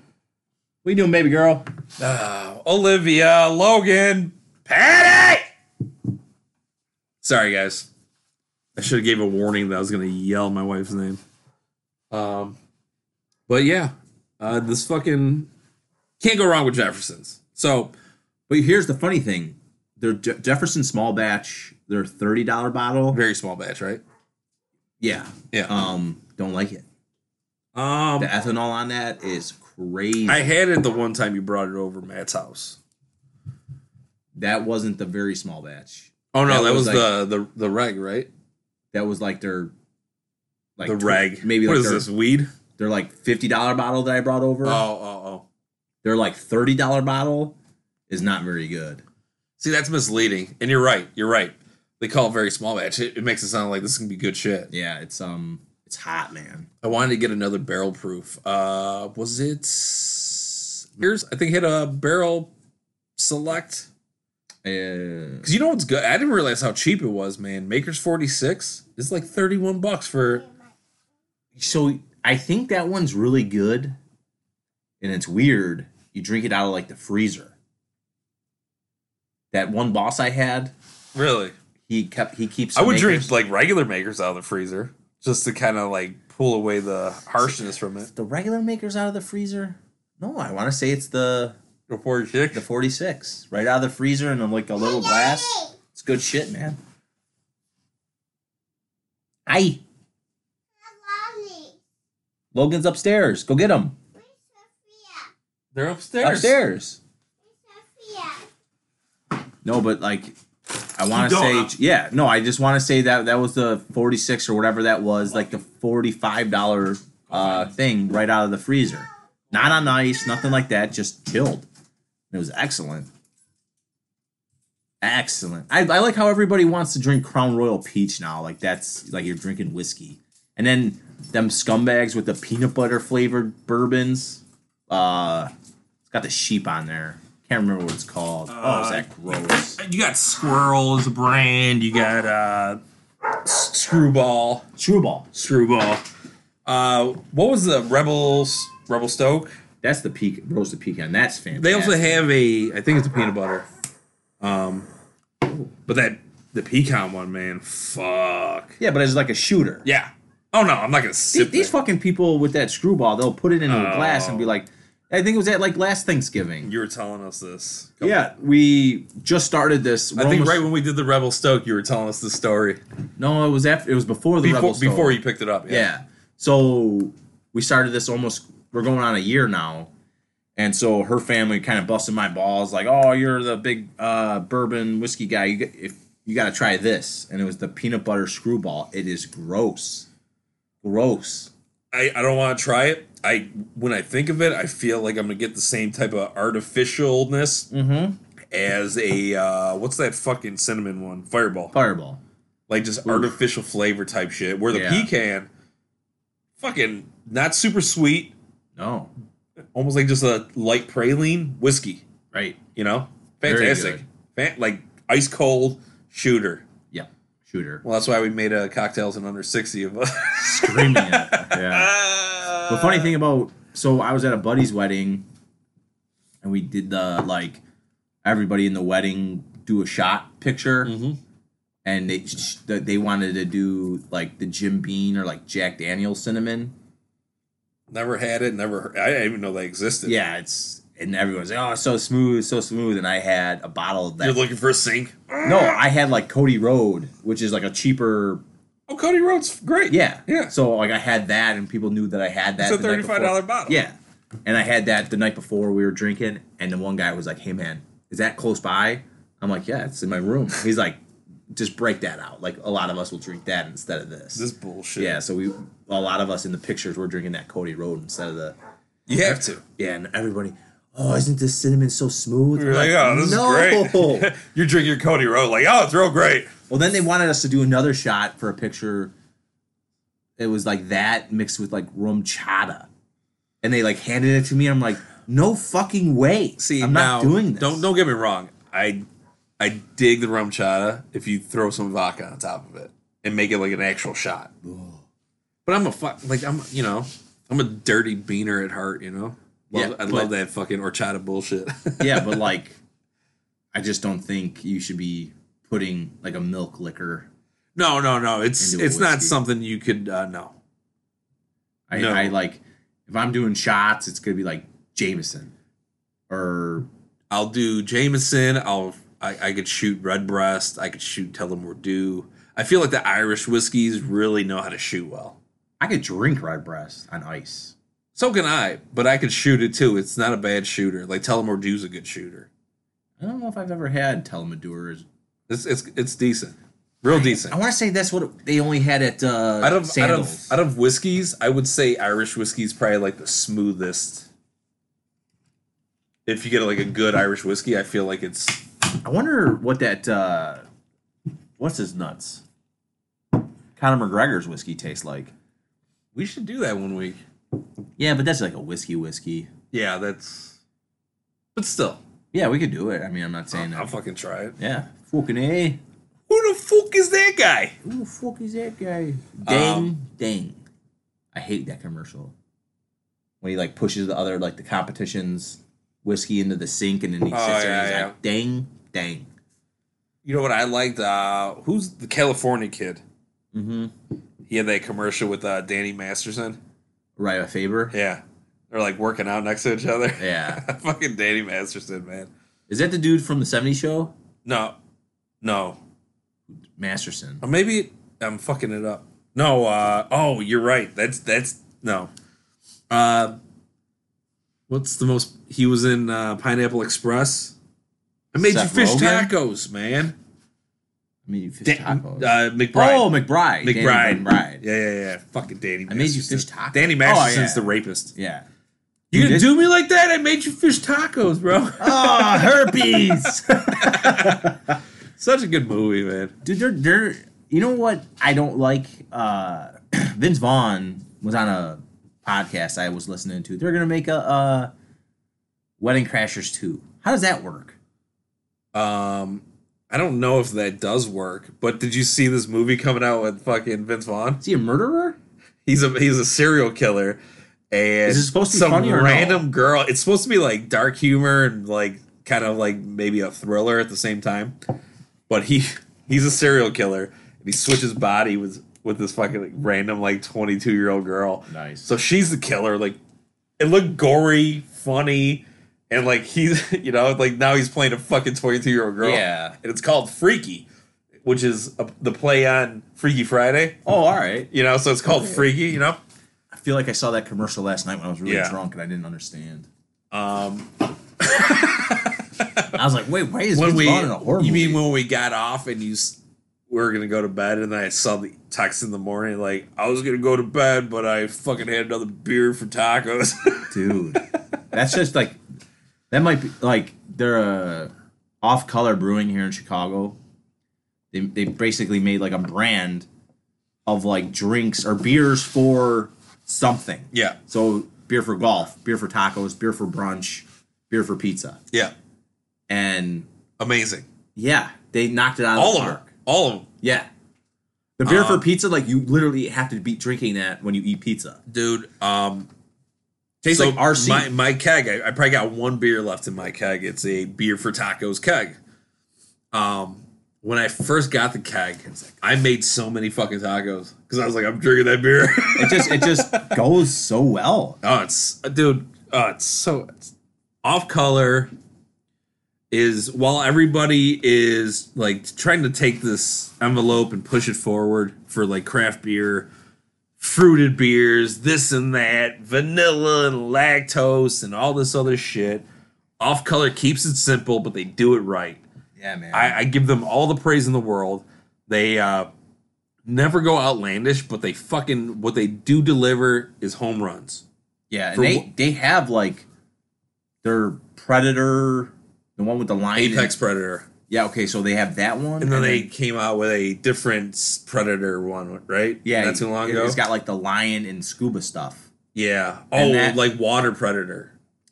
What you doing, baby girl? Ah, Olivia, Logan, Patty. Sorry, guys. I should have gave a warning that I was going to yell my wife's name. Um, but yeah, uh, this fucking can't go wrong with Jefferson's. So But here's the funny thing: they're Je- Jefferson small batch. They're thirty dollar bottle. very small batch, right? Yeah. Yeah. Um. Don't like it. The Um, ethanol on that is crazy. I had it the one time you brought it over Matt's house. that wasn't the very small batch. Oh no, that, That was, was the the the reg, right? That was like their. Like the tw- reg. Maybe what like is their, this weed? They're like fifty dollar bottle that I brought over. Oh oh oh. They're like thirty dollar bottle is not very good. See, that's misleading. And you're right. You're right. They call it very small batch. It, it makes it sound like this can be good shit. Yeah. It's um. It's hot, man. I wanted to get another barrel proof. Uh, was it Here's I think hit a barrel select Uh, because you know what's good. I didn't realize how cheap it was, man. Maker's forty six is like thirty one bucks for. so I think that one's really good, and it's weird. You drink it out of like the freezer. That one boss I had, Really, he kept he keeps. I would makers- drink like regular makers out of the freezer just to kind of like pull away the harshness from it. the regular makers out of the freezer. No, I want to say it's the Before you kick the forty six right out of the freezer and like a little glass. It's good shit, man. Hi, Logan's upstairs. Go get him they're upstairs. upstairs. No, but like I want to say, going. yeah. No, I just want to say that that was the forty six or whatever that was, like the forty five dollar uh, thing right out of the freezer. Not on ice, nothing like that. Just chilled. It was excellent. Excellent. I, I like how everybody wants to drink Crown Royal Peach now. Like that's like you're drinking whiskey, and then them scumbags with the peanut butter flavored bourbons. Uh, it's got the sheep on there. Can't remember what it's called. oh, is that gross? You got Squirrel as a brand. You got uh, S- Screwball. Screwball. Screwball. Uh, what was the Rebels? Rebel Stoke. That's the peak roasted pecan. That's fantastic. They also have a. I think it's a peanut butter. Um, but that the pecan one, man. Fuck. yeah, but it's like a shooter. Yeah. Oh no, I'm not gonna These, sip these that. fucking people with that screwball, they'll put it into a glass and Oh. be like, I think it was at like last Thanksgiving. You were telling us this. Yeah, we just started this. I think right when we did the Rebel Stoke, you were telling us the story No, it was after. It was before the before Rebel Stone. before you picked it up. Yeah. So we started this almost. We're going on a year now, and so her family kind of busted my balls, like, "Oh, you're the big uh, bourbon whiskey guy. You, get- if you got to try this. And it was the peanut butter screwball. It is gross. Gross. I, I don't want to try it. I when I think of it, I feel like I'm gonna get the same type of artificialness Mm-hmm. as a uh, what's that fucking cinnamon one? Fireball, Fireball. like just artificial flavor type shit. Where the Yeah. pecan, fucking not super sweet, No. almost like just a light praline whiskey. Right. You know, Very fantastic, good. Fan- like ice cold shooter. Yep. Shooter. Well, that's why we made uh, cocktails in under sixty of us. Screaming it. Yeah. The funny thing about so I was at a buddy's wedding, and we did the like everybody in the wedding do a shot picture, Mm-hmm. and they sh- they wanted to do like the Jim Bean or like Jack Daniel's cinnamon. Never had it. Never. Heard, I didn't even know they existed. Yeah, it's and everyone's like, oh, it's so smooth, so smooth, and I had a bottle of that. You're "Ah!" looking for a sink. no, I had like Cody Road, which is like a cheaper. Oh, Cody Rhodes, great. Yeah, Yeah. So like I had that, and people knew that I had that. It's a the night before. thirty-five dollar bottle. Yeah. And I had that the night before we were drinking, and the one guy was like, Hey man, is that close by? I'm like, Yeah, it's in my room. He's like, just break that out. Like a lot of us will drink that instead of this. This is bullshit. yeah, so we a lot of us in the pictures were drinking that Cody Road instead of the You have to. Yeah, and everybody, oh, isn't this cinnamon so smooth? You're like, oh, this is great. you drink your Cody Rhodes, like, oh, it's real great. well then they wanted us to do another shot for a picture. It was like that mixed with like rum chata. And they like handed it to me. I'm like, no fucking way. See, I'm now, not doing this. Don't don't get me wrong. I I dig the rum chata if you throw some vodka on top of it and make it like an actual shot. But I'm a fuck like I'm you know I'm a dirty beaner at heart. You know. Love, Yeah, I but- love that fucking horchata bullshit. yeah, but like, I just don't think you should be putting like a milk liquor. no, no, no. It's Into a it's not whiskey. something you could uh, no. I, No. I like if I'm doing shots, it's gonna be like Jameson or I'll do Jameson. I'll I, I could shoot Redbreast. I could shoot Tullamore Dew. I feel like the Irish whiskeys really know how to shoot well. I could drink red breast on ice. So can I, but I could shoot it too. It's not a bad shooter. Like Tullamore Dew's a good shooter. I don't know if I've ever had Telemadur's. It's it's it's decent, real decent. I want to say that's what they only had at uh, Out of out Sandals. of out of whiskeys, I would say Irish whiskey's probably like the smoothest. If you get like a good Irish whiskey, I feel like it's I wonder what that uh, what's his nuts Conor McGregor's whiskey tastes like. we should do that one week. Yeah, but that's like a whiskey whiskey. Yeah, that's. But still, Yeah, we could do it. I mean, I'm not saying I'll that. fucking try it. Yeah, fucking a. Who the fuck is that guy? Who the fuck is that guy? Dang, Um, dang. I hate that commercial. When he like pushes the other like the competition's whiskey into the sink and then he sits Oh, there and he's yeah, like, dang, dang. You know what I liked? Uh, who's the California kid? Mm-hmm. He had that commercial with uh, Danny Masterson. Raya Faber. Yeah, they're like working out next to each other. Yeah. fucking Danny Masterson, man. Is that the dude from the 70s show? No, no, Masterson. or maybe I'm fucking it up. No, uh, oh, you're right. That's that's no. Uh, what's the most? He was in uh, Pineapple Express. I made Seth you fish Rogen? tacos, man. I made you fish Da- tacos. Uh, McBride. oh, McBride. Danny McBride. McBride. Yeah. Yeah, yeah, yeah. Fucking Danny. I made you Masterson. fish tacos. Danny Oh, Masterson's yeah. the rapist. yeah. You did? didn't do me like that. I made you fish tacos, bro. Oh, herpes. Such a good movie, man. Dude, they're, they're you know what I don't like? Uh, Vince Vaughn was on a podcast I was listening to. They're gonna make a, uh Wedding Crashers 2. How does that work? Um, I don't know if that does work, but did you see this movie coming out with fucking Vince Vaughn? Is he a murderer? He's a he's a serial killer, and Is it supposed to be some funny or no? random girl. It's supposed to be like dark humor and like kind of like maybe a thriller at the same time. But he he's a serial killer, and he switches body with with this fucking like, random like twenty two year old girl. Nice. So she's the killer. Like it looked gory, funny, and like he's you know like now he's playing a fucking twenty two year old girl. Yeah. and it's called Freaky, which is a, the play on Freaky Friday. Oh, all right. You know, so it's called Freaky. You know. I feel like I saw that commercial last night when I was really Yeah. drunk and I didn't understand. Um, I was like, wait, why is when Vince we, Vaughn in a horror you mean movie? when we got off and you s- we were gonna go to bed, and then I saw the text in the morning like I was gonna go to bed, but I fucking had another beer for tacos. dude? That's just like that might be like they're a off color brewing here in Chicago. They they basically made like a brand of like drinks or beers for something. yeah, So beer for golf, beer for tacos, beer for brunch, beer for pizza. yeah, And amazing. yeah, they knocked it out of All the of park. them, all of them, Yeah. The beer for Um, pizza, like you literally have to be drinking that when you eat pizza. dude. Um, Tastes so like RC. My, my keg, I, I probably got one beer left in my keg. It's a beer for tacos keg. Um, when I first got the keg, I, was like, I made so many fucking tacos because I was like, I'm drinking that beer. it just it just goes so well. Oh, it's uh, dude. Uh, it's so it's, off color. Is while everybody is like trying to take this envelope and push it forward for like craft beer, fruited beers, this and that, vanilla and lactose and all this other shit. Off color keeps it simple, but they do it right. Yeah, man. I, I give them all the praise in the world. They uh, never go outlandish, but they fucking what they do deliver is home runs. yeah, and for they, wh- They have like their predator, the one with the lion. in- Apex Predator. Yeah, okay, so they have that one. And then they came out with a different s- Predator one, right? yeah, Not too long it- ago. It's got like the lion and scuba stuff. yeah. Oh, and that- like Water Predator.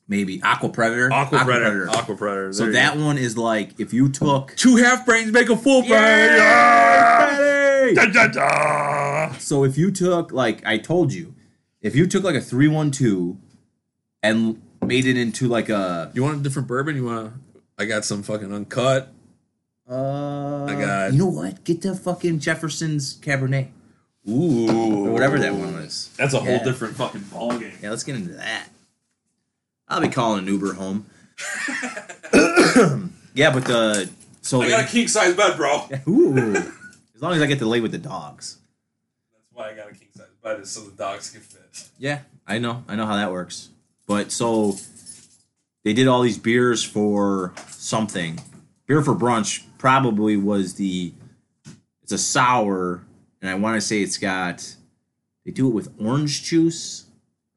Maybe aqua predator. Aqua, Predator. Aqua Predator. So there you that go. one is like if you took Two half brains make a full brain. Yeah! Da, da, da. So if you took like I told you, if you took like a three one two, and made it into like a You want a different bourbon? You want to. I got some fucking uncut. uh, I got- you know what? Get the fucking Jefferson's Cabernet Ooh. or whatever that one was. That's a whole Yeah. different fucking ballgame. Yeah, let's get into that. I'll be calling an Uber home. yeah, but the so I got a king size bed, bro. That's ooh, as long as I get to lay with the dogs. why I got a king size bed, is so the dogs can fit. Yeah, I know. I know how that works. But so they did all these beers for something. Beer for brunch probably was the it's a sour and I want to say it's got they do it with orange juice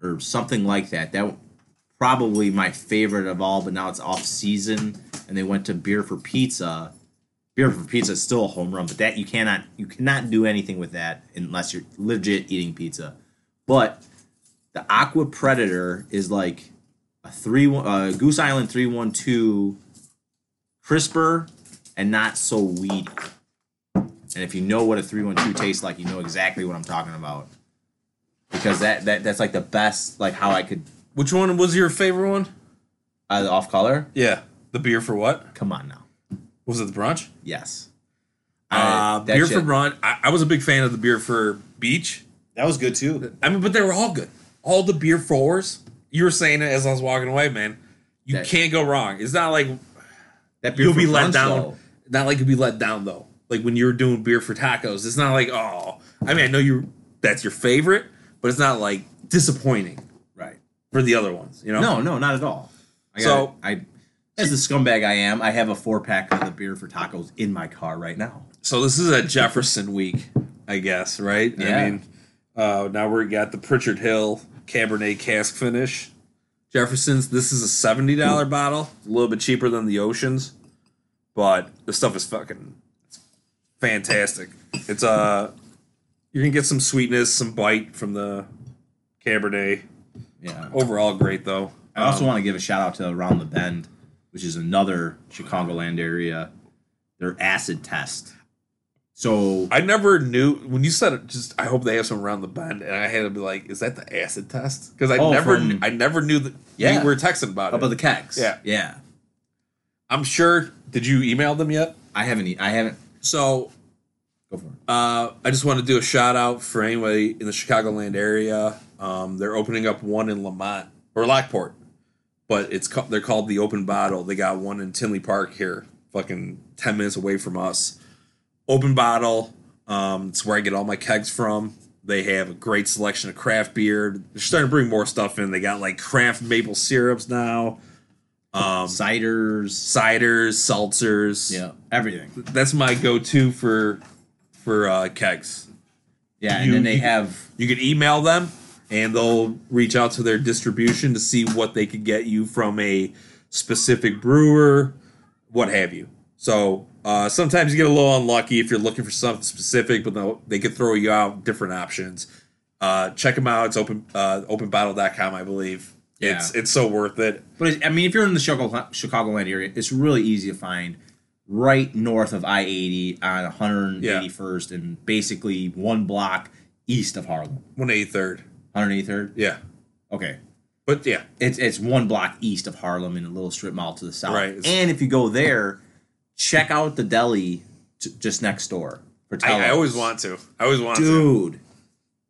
or something like that. That probably my favorite of all, but now it's off season and they went to beer for pizza. Beer for pizza is still a home run, but that you cannot you cannot do anything with that unless you're legit eating pizza. But the Aqua Predator is like a three one uh, Goose Island three one two, crisper and not so weedy. And if you know what a three one two tastes like, you know exactly what I'm talking about. Because that, that that's like the best like how I could Which one was your favorite one? uh, the off color. Yeah. The beer for what? Come on now, Was it the brunch? yes. Uh, that beer shit- for brunch. I, I was a big fan of the beer for beach. that was good too. I mean, but they were all good. All the beer fours. You were saying it as I was walking away, man. You That- can't go wrong. It's not like That beer you'll for be let brunch, down. though, Not like you'll be let down though. Like when you were doing beer for tacos, it's not like oh. I mean, I know you. That's your favorite, but it's not like disappointing right? for the other ones. You know. No, no, not at all. I got So- I as the scumbag I am, I have a four pack of the beer for tacos in my car right now. So this is a Jefferson week, I guess, right? Yeah. I mean, uh, now we got the Pritchard Hill Cabernet cask finish. Jefferson's. This is a seventy dollar bottle, a little bit cheaper than the Oceans, but the stuff is fucking fantastic. It's uh, you can get some sweetness, some bite from the Cabernet. Yeah. Overall, great though. I also want to give a shout out to Around the Bend, which is another Chicagoland area. Their acid test. So I never knew when you said it. Just I hope they have some around the bend, and I had to be like, "Is that the acid test?" Because I Oh, never, from- I never knew that. Yeah. we were texting about up it. of the kegs. Yeah. yeah. I'm sure. Did you email them yet? I haven't. e- I haven't. So Go for it. uh, I just want to do a shout out for anybody in the Chicagoland area. Um, they're opening up one in Lamont or Lockport, but it's ca- they're called the Open Bottle. They got one in Tinley Park here, fucking ten minutes away from us. Open Bottle. Um, it's where I get all my kegs from. They have a great selection of craft beer. They're starting to bring more stuff in. They got like craft maple syrups now. Um, Ciders. ciders, seltzers. Yeah. Everything. That's my go-to for for uh, kegs. Yeah. You- and then they you- have You can email them, and they'll reach out to their distribution to see what they could get you from a specific brewer, what have you. So uh, sometimes you get a little unlucky if you're looking for something specific, but they'll- they could throw you out different options. Uh, check them out. It's open uh, openbottle.com, I believe. Yeah. It's it's so worth it. But it- I mean, if you're in the Chicago Chicagoland area, it's really easy to find. Right north of I eighty on 181st, and basically one block east of Harlem, One eighty third. 183rd. Yeah. Okay, But yeah, it's it's one block east of Harlem in a little strip mall to the south. Right. And if you go there, check out the deli j- just next door. For I, I Telos. always want to. I always want to. dude.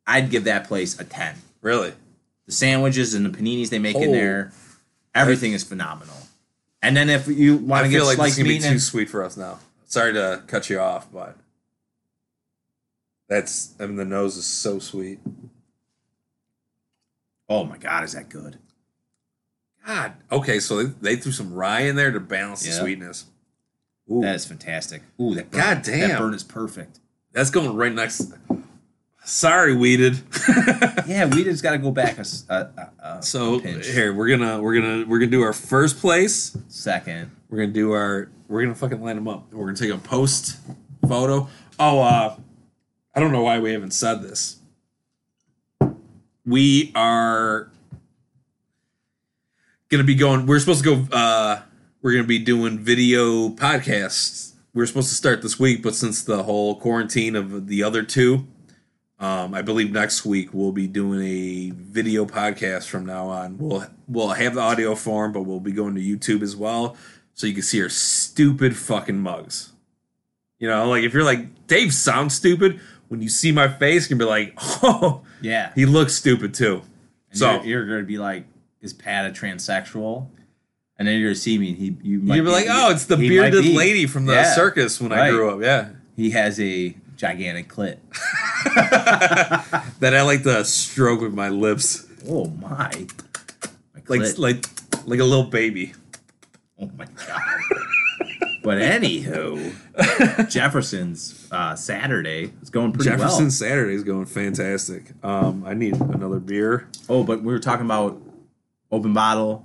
I'd give that place a ten. Really? The sandwiches and the paninis they make in Oh. there, everything is phenomenal. And then if you want I to get feel like this is sliced gonna be meat, too and, sweet for us now. Sorry to cut you off, but that's I mean the nose is so sweet. oh my god, is that good? God. Okay, so they, they threw some rye in there to balance the Yeah. sweetness. That is fantastic. Ooh, that burn, God that damn. burn is perfect. That's going right next. Sorry, weeded. Yeah, we just got to go back a, s- a- a- a so pinch. here we're gonna we're gonna we're gonna do our first place. second. We're gonna do our. We're gonna fucking line them up. We're gonna take a post photo. Oh, uh, I don't know why we haven't said this. We are gonna be going. We're supposed to go. uh We're gonna be doing video podcasts. We are supposed to start this week, but since the whole quarantine of the other two, um, I believe next week we'll be doing a video podcast from now on. We'll we'll have the audio form, but we'll be going to YouTube as well, so you can see our stupid fucking mugs. You know, like if you're like Dave sounds stupid, when you see my face, you can be like, oh, Yeah. he looks stupid too. And so you're, you're going to be like, is Pat a transsexual? And then you're going to see me, and he you might you'll be like, oh, it's the he might bearded be. lady from the Yeah. circus when I Right. grew up. Yeah, He has a gigantic clit. that I like to stroke with my lips, Oh my! my like clit. like like a little baby. oh my god! but anywho, Jefferson's uh, Saturday is going pretty Jefferson Saturday is going fantastic. Um, I need another beer. well. Oh, but we were talking about open bottle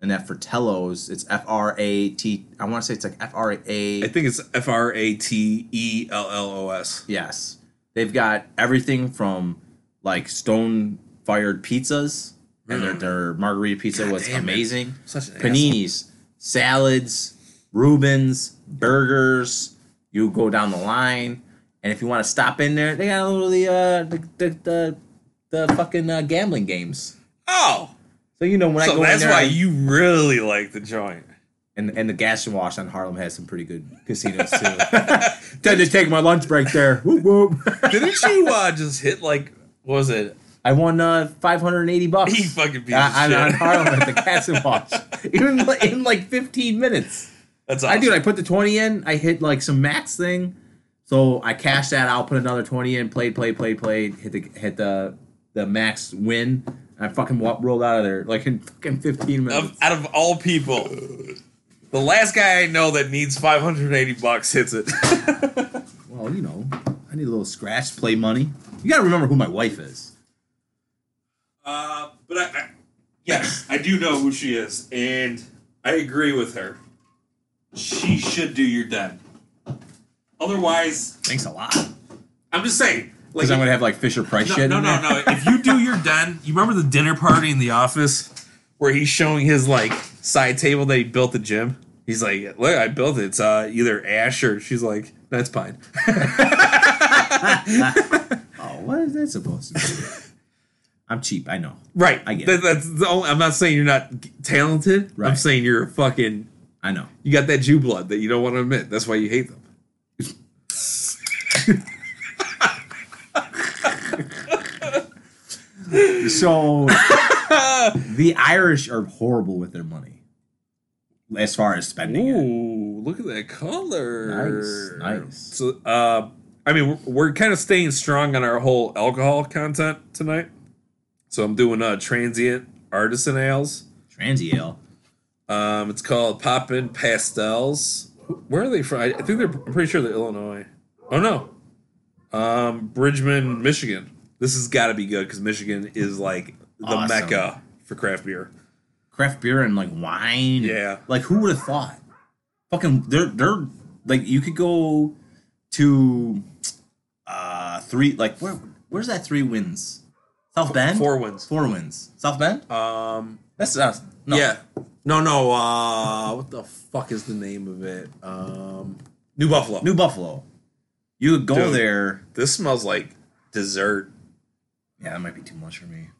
and that Fratello's. It's F R A T. I want to say it's like F R I A. think it's F R A T E L L O S. Yes, they've got everything from like stone fired pizzas, and their, their margarita pizza was damn Mm. it. amazing. Such an paninis, salads, Rubens, burgers. You go down the line, and if you want to stop in there, they got a little of the uh, the, the the the fucking uh, gambling games. Oh, So you know when I so go in that's there, why I- you really like the joint. and and the gas and wash on Harlem has some pretty good casinos too. Then just take my lunch break there. Whoop whoop. Didn't you uh, just hit like what was it? I won uh, five hundred and eighty bucks. He fucking beat on, the on shit. Harlem at the gas and wash in, like- in like fifteen minutes. That's I awesome. dude, I put the twenty in. I hit like some max thing, so I cashed that out. Put another twenty in. Played, played, played, played. Hit the hit the the max win. And I fucking wa- rolled out of there like in fucking fifteen minutes. Of- out of all people, the last guy I know that needs 580 bucks hits it. well, you know, I need a little scratch play money. You gotta remember who my wife is. Uh, but I, I, yes, I do know who she is, and I agree with her. She should do your dead. Otherwise, Thanks a lot. I'm just saying. Like, Because I'm gonna have like Fisher Price no, shit. no, in no, there. no. If you do your den, you remember the dinner party in the office where he's showing his like side table that he built the gym. He's like, look, I built it. It's uh, either ash or she's like, that's pine. Oh, what is that supposed to be? I'm cheap. I know. Right. I get That- it. that's the only. I'm not saying you're not g- talented. I'm Right. saying you're a fucking. I know. You got that Jew blood that you don't want to admit. That's why you hate them. So the Irish are horrible with their money, as far as spending it. Ooh, look at that color. Nice, nice. So, uh, I mean, we're, we're kind of staying strong on our whole alcohol content E tonight. So I'm doing uh, transient artisan ales. Transiel. Um, it's called Poppin' Pastels. Wh- Where are they from? I I think they're. I'm pretty sure they're Illinois. Oh no, um, Bridgman, Michigan. This has got to be good because Michigan is like the Awesome. mecca for craft beer. Craft beer and like wine. Yeah. Like who would have thought? Fucking they're they're like you could go to uh three like where where's that three wins? South Bend? Four wins. Four wins. South Bend? Um, That's uh, no. yeah, no, no. Uh, what the fuck is the name of it? Um, New Buffalo. New Buffalo. You would go Dude. there. this smells like dessert. Yeah, that might be too much for me.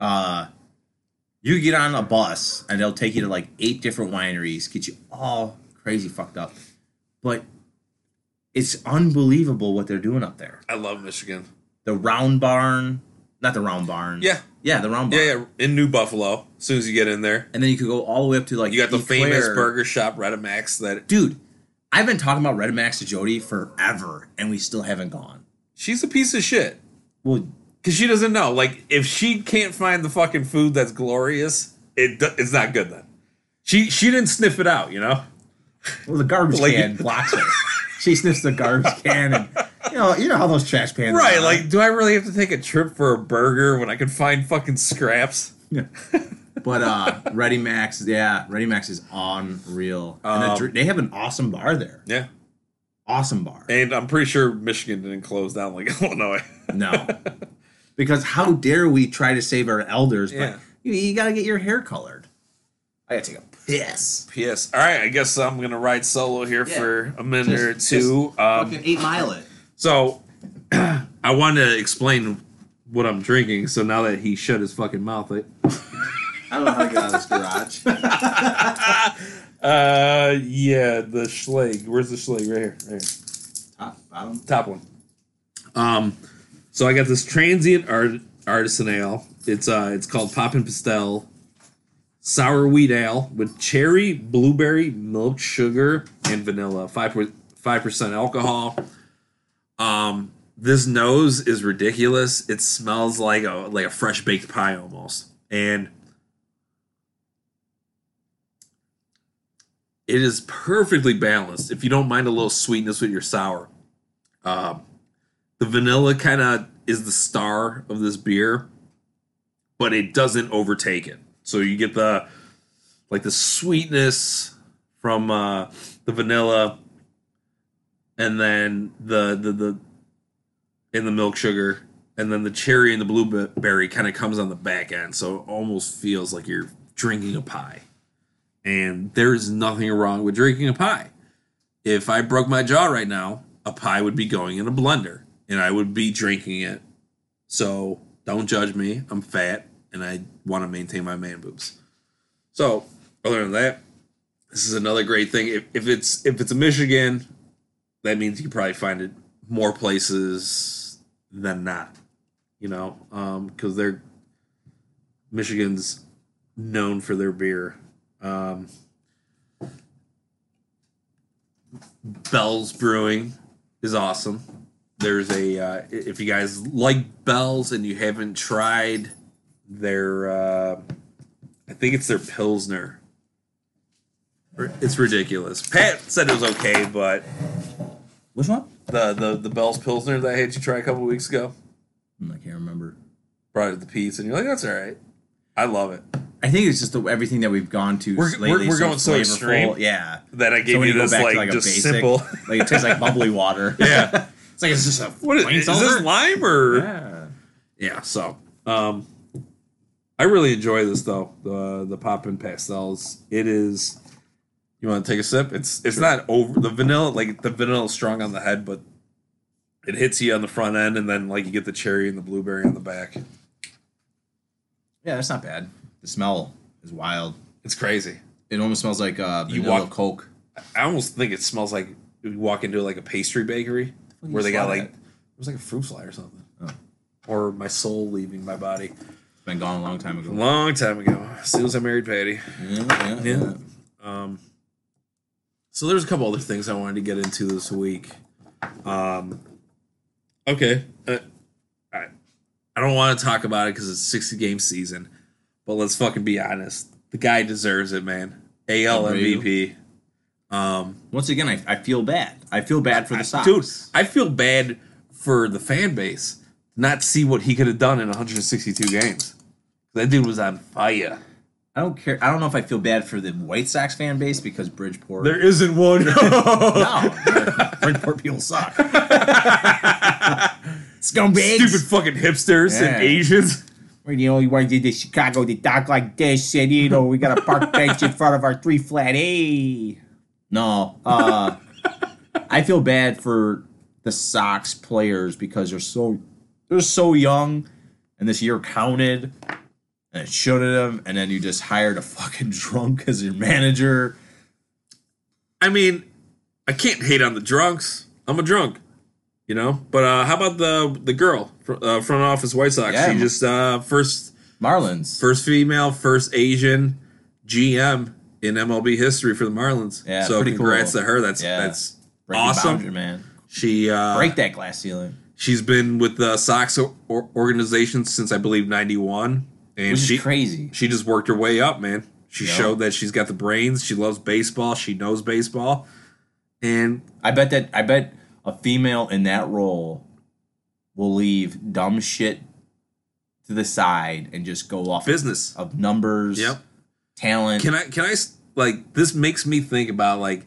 Uh you get on a bus and they'll take you to like eight different wineries, get you all crazy fucked up. But it's unbelievable what they're doing up there. I love Michigan. The round barn, not the round barn. Yeah. Yeah, the round Yeah, barn. yeah. In New Buffalo, as soon as you get in there, And then you could go all the way up to like you got the Eclair. famous burger shop Redemax that Dude, I've been talking about Red Max to Jody forever and we still haven't gone. she's a piece of shit Well, because she doesn't know. Like, if she can't find the fucking food that's glorious, it do- it's not good then. She she didn't sniff it out, you know. Well, the garbage Like- can blocks her. she sniffs the garbage can, and you know, you know how those trash pans, Right? are. Like, do I really have to take a trip for a burger when I can find fucking scraps? But uh, Ready Max, yeah, Ready Max is unreal. and the, Um, dr- they have an awesome bar there. Yeah, Awesome bar. and I'm pretty sure Michigan didn't close down like Illinois. No, because how dare we try to save our elders? Yeah. But you, you got to get your hair colored. I got to take a piss. P.S. All right, I guess I'm gonna ride solo here Yeah. for a minute or Just- two. um, Fucking eight mile it. So I wanted to explain what I'm drinking. So now that he shut his fucking mouth, I- I don't know how to get out of this garage. uh, yeah, the Schleg. Where's the Schleg? Right here, right here, Top bottom. top one. Um, so I got this transient art, artisan ale. It's uh, it's called Poppin' Pastel sour wheat ale with cherry, blueberry, milk sugar, and vanilla. Five percent alcohol. Um, this nose is ridiculous. It smells like a like a fresh baked pie almost, and it is perfectly balanced. If you don't mind a little sweetness with your sour, um, the vanilla kind of is the star of this beer, but it doesn't overtake it. So you get the like the sweetness from uh, the vanilla, and then the the the in the milk sugar, and then the cherry and the blueberry kind of comes on the back end. So it almost feels like you're drinking a pie. And there is nothing wrong with drinking a pie. If I broke my jaw right now, a pie would be going in a blender, and I would be drinking it. So don't judge me. I'm fat and I want to maintain my man boobs. So other than that, this is another great thing. If, if it's if it's a Michigan, that means you can probably find it more places than not. You know, because they're Michigan's known for their beer. Um, Bell's Brewing is awesome there's a uh, i- if you guys like bells and you haven't tried their uh, i think it's their pilsner R- it's ridiculous pat said it was okay but Which one? the the, the bell's pilsner that i had you try a couple weeks ago Hmm, I can't remember. brought it to pete's and you're like that's all right i love it I think it's just the, everything that we've gone to We're- lately. we're- we're going so flavorful. extreme. Yeah. that i gave when you go this back to, like, a just simple like it tastes like bubbly water. yeah it's like it's just a what is, plain is this seltzer. lime or Yeah. yeah so um i really enjoy this though the the poppin' pastels it is you want to take a sip it's it's not over the vanilla like the vanilla is strong on the head but it hits you on the front end and then like you get the cherry and the blueberry on the back Yeah, that's not bad. The smell is wild. it's crazy It almost smells like uh, You vanilla walk- Coke. i almost think it smells like you walk into like a pastry bakery fuck where you they got slide like at? it was like a fruit fly or something Oh. or my soul leaving my body It's been gone a long time a ago. long time ago as soon as i married patty Yeah, yeah, yeah. Um, so there's a couple other things I wanted to get into this week. Um, okay, uh, I, I don't want to talk about it because it's 60 game season, but let's fucking be honest. The guy deserves it, man. AL Abreu. MVP. Um, Once again, I, I feel bad. I feel bad for the Sox. dude, I feel bad for the fan base to not see what he could have done in 162 games. That dude was on fire. I don't care. I don't know if I feel bad for the White Sox fan base because Bridgeport. isn't one. no, Bridgeport people suck. Scumbags. Stupid fucking hipsters Yeah. and Asians. We're the only ones in this Chicago that talk like this, and you know we got a park bench in front of our three flat. Hey, No, uh, I feel bad for the Sox players because they're so they're so young, and this year counted, and it shouldn't have. And then you just hired a fucking drunk as your manager. I mean, I can't hate on the drunks. I'm a drunk, you know. But uh, how about the the girl fr- uh, front office White Sox? Yeah. She just uh, first Marlins. first female, first Asian GM in MLB history for the Marlins. Yeah, so pretty congrats cool. to her. That's Yeah. that's Breaking awesome. boundary, man. She uh, Break that glass ceiling. she's been with the Sox or- or- organization since I believe '91, and Which she is crazy. she just worked her way up, man. She Yeah. showed that she's got the brains. She loves baseball. She knows baseball, and I bet that I bet a female in that role will leave dumb shit to the side and just go off business. of numbers, Yep. talent. Can I? Can I? s- Like this makes me think about like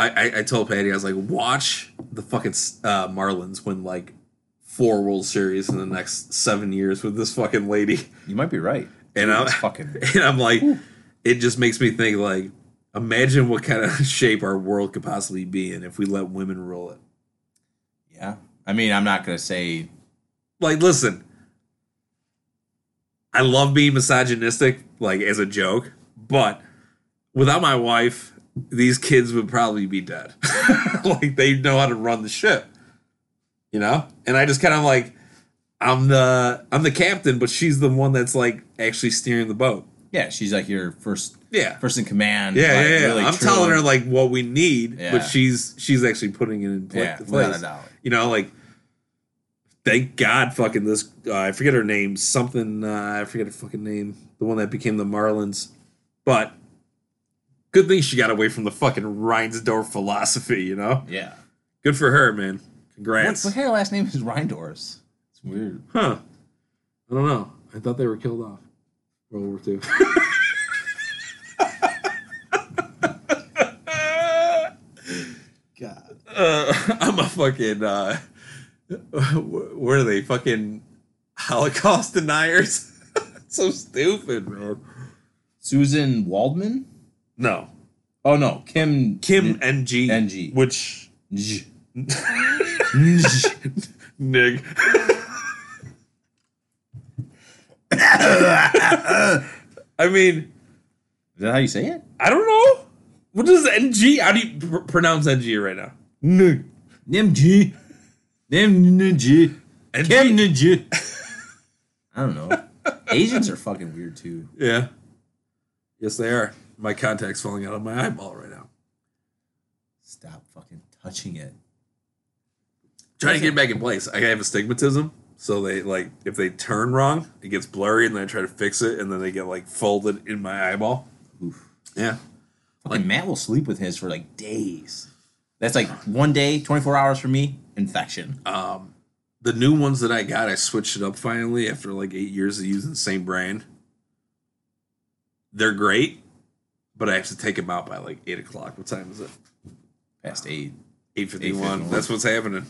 I I, I told Patty I was like watch the fucking s- uh, Marlins win like four World Series in the next seven years with this fucking lady, you might be right. and I'm It's fucking and I'm like it just makes me think like imagine what kind of shape our world could possibly be in if we let women rule it. yeah. I mean, I'm not gonna say Like listen, I love being misogynistic like as a joke, but without my wife, these kids would probably be dead. like they know how to run the ship. You know? And I just kind of like I'm the I'm the captain, but she's the one that's like actually steering the boat. yeah. She's like your first Yeah. first in command. Yeah, like, yeah, yeah. really I'm true. telling her like what we need, Yeah. but she's she's actually putting it in pla- yeah, place. without a doubt. You know, like thank God, fucking this. Uh, I forget her name. Something uh, I forget her fucking name. The one that became the Marlins, but good thing she got away from the fucking Reinsdorf philosophy. You know, Yeah. good for her, man. What, Congrats. what kind of last name is Reindors? It's weird. Huh? I don't know. I thought they were killed off. World War Two. God. Uh, I'm a fucking. Uh, wh- what are they? Fucking Holocaust deniers. so stupid, man. Susan Waldman? No, Oh no, Kim Kim NG NG. which J- nig. I mean, Is that how you say it? I don't know. What does NG? How do you pr- pronounce NG right now? Nig. Nimji. Nimji. NG? Kim Ninji. I don't know. Asians are fucking weird too. Yeah. Yes, they are. My contact's falling out of my eyeball right now. Stop fucking touching it. Trying to get it back in place. I have astigmatism, so they like if they turn wrong, it gets blurry, and then I try to fix it, and then they get like folded in my eyeball. Yeah. Fucking Matt will sleep with his for like days. That's like one day, 24 hours for me, infection. the new ones that I got, I switched it up finally after like eight years of using the same brand. They're great, but I have to take them out by like eight o'clock. What time is it? Past eight. Eight fifty one. 8:51. That's what's happening.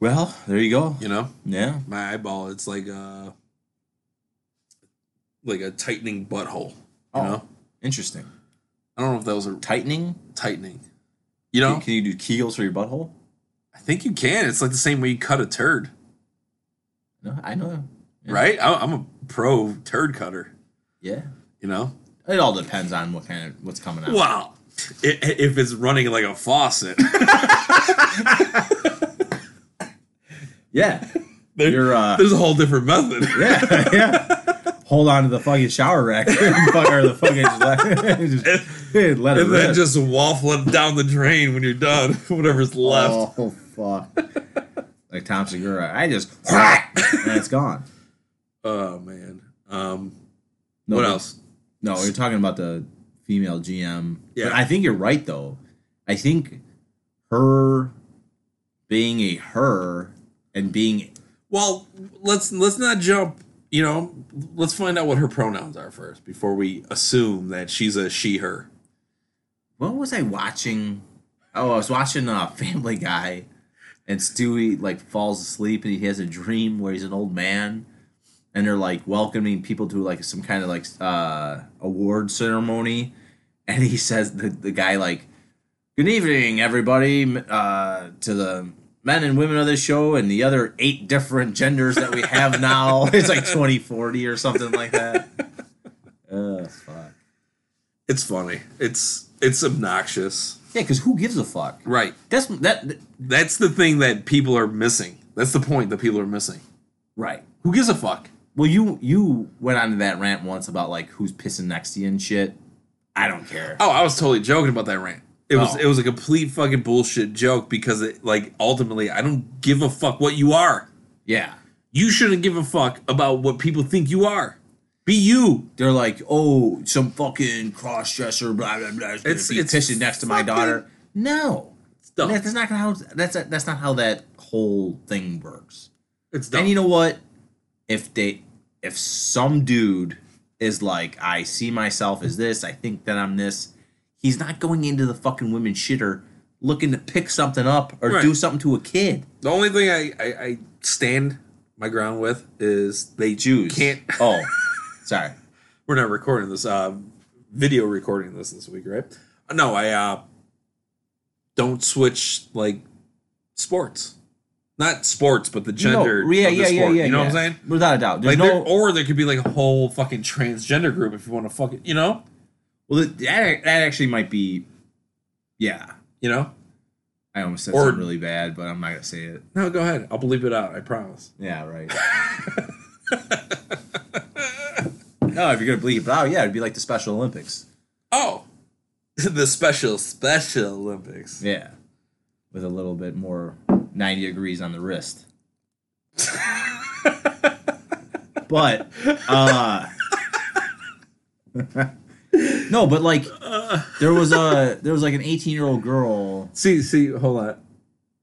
Well, there you go. You know, Yeah. my eyeball. It's like a like a tightening butthole. You Oh. know, Interesting. I don't know if that was a Tightening? tightening. You know, Can, can you do kegels for your butthole? I think you can. It's like the same way you cut a turd, No, I know. Yeah. right? I, I'm a pro turd cutter. Yeah. You know, It all depends on what kind of what's coming out. Well, i- i- if it's running like a faucet, Yeah. there- You're uh there's a whole different method. yeah, yeah. Hold on to the fucking shower rack, Fuck, or the fucking just let, just, let it And rip. then just waffle it down the drain when you're done, whatever's left. Oh fuck. like Tom Segura. I just and it's gone. Oh man. Um, No, what but- else? No, you're talking about the female GM. Yeah. But I think you're right though. I think her being a her and being Well, let's let's not jump. You know, let's find out what her pronouns are first before we assume that she's a she/her. what was I watching? Oh, I was watching uh, Family Guy, and Stewie like falls asleep and he has a dream where he's an old man, and they're like welcoming people to like some kind of like uh, award ceremony, and he says the the guy like, "Good evening, everybody, m- uh, to the." Men and women of this show, and the other eight different genders that we have now. it's like 2040 or something like that. Oh, fuck. It's funny. It's it's obnoxious. Yeah, because who gives a fuck? Right. That's that, that That's the thing that people are missing. That's the point that people are missing. right. Who gives a fuck? Well, you you went on to that rant once about like who's pissing next to you and shit. I don't care. Oh, I was totally joking about that rant. It was Oh. it was a complete fucking bullshit joke because it like ultimately I don't give a fuck what you are. Yeah, You shouldn't give a fuck about what people think you are. Be you. they're like, oh, some fucking cross dresser, blah blah blah. It's- It's, it's pissing next to my fucking- daughter. No, It's dumb. that's not how that's that's not how that whole thing works. It's dumb. And you know what? If they if some dude is like, I see myself as this, I think that I'm this, he's not going into the fucking women's shitter looking to pick something up or Right. do something to a kid. the only thing I, I I stand my ground with is they Jews. can't. Oh. Sorry. We're not recording this. Uh, video recording this this week, right? No, I uh don't switch like sports. Not sports, but the gender. No, yeah, of the yeah, yeah, sport, yeah. You know what I'm yeah. saying? Without a doubt. There's Like no there, or there could be like a whole fucking transgender group if you want to fucking, you know, Well that that actually might be Yeah. you know. I almost said Or- something really bad, but I'm not gonna say it. No, go ahead. I'll bleep it out. I promise. Yeah, right. no, if you're gonna bleep it out, yeah, it'd be like the Special Olympics. Oh, the special special Olympics. Yeah. With a little bit more 90 degrees on the wrist. but uh No, but like there was a there was like an 18-year-old girl. See, see, hold on.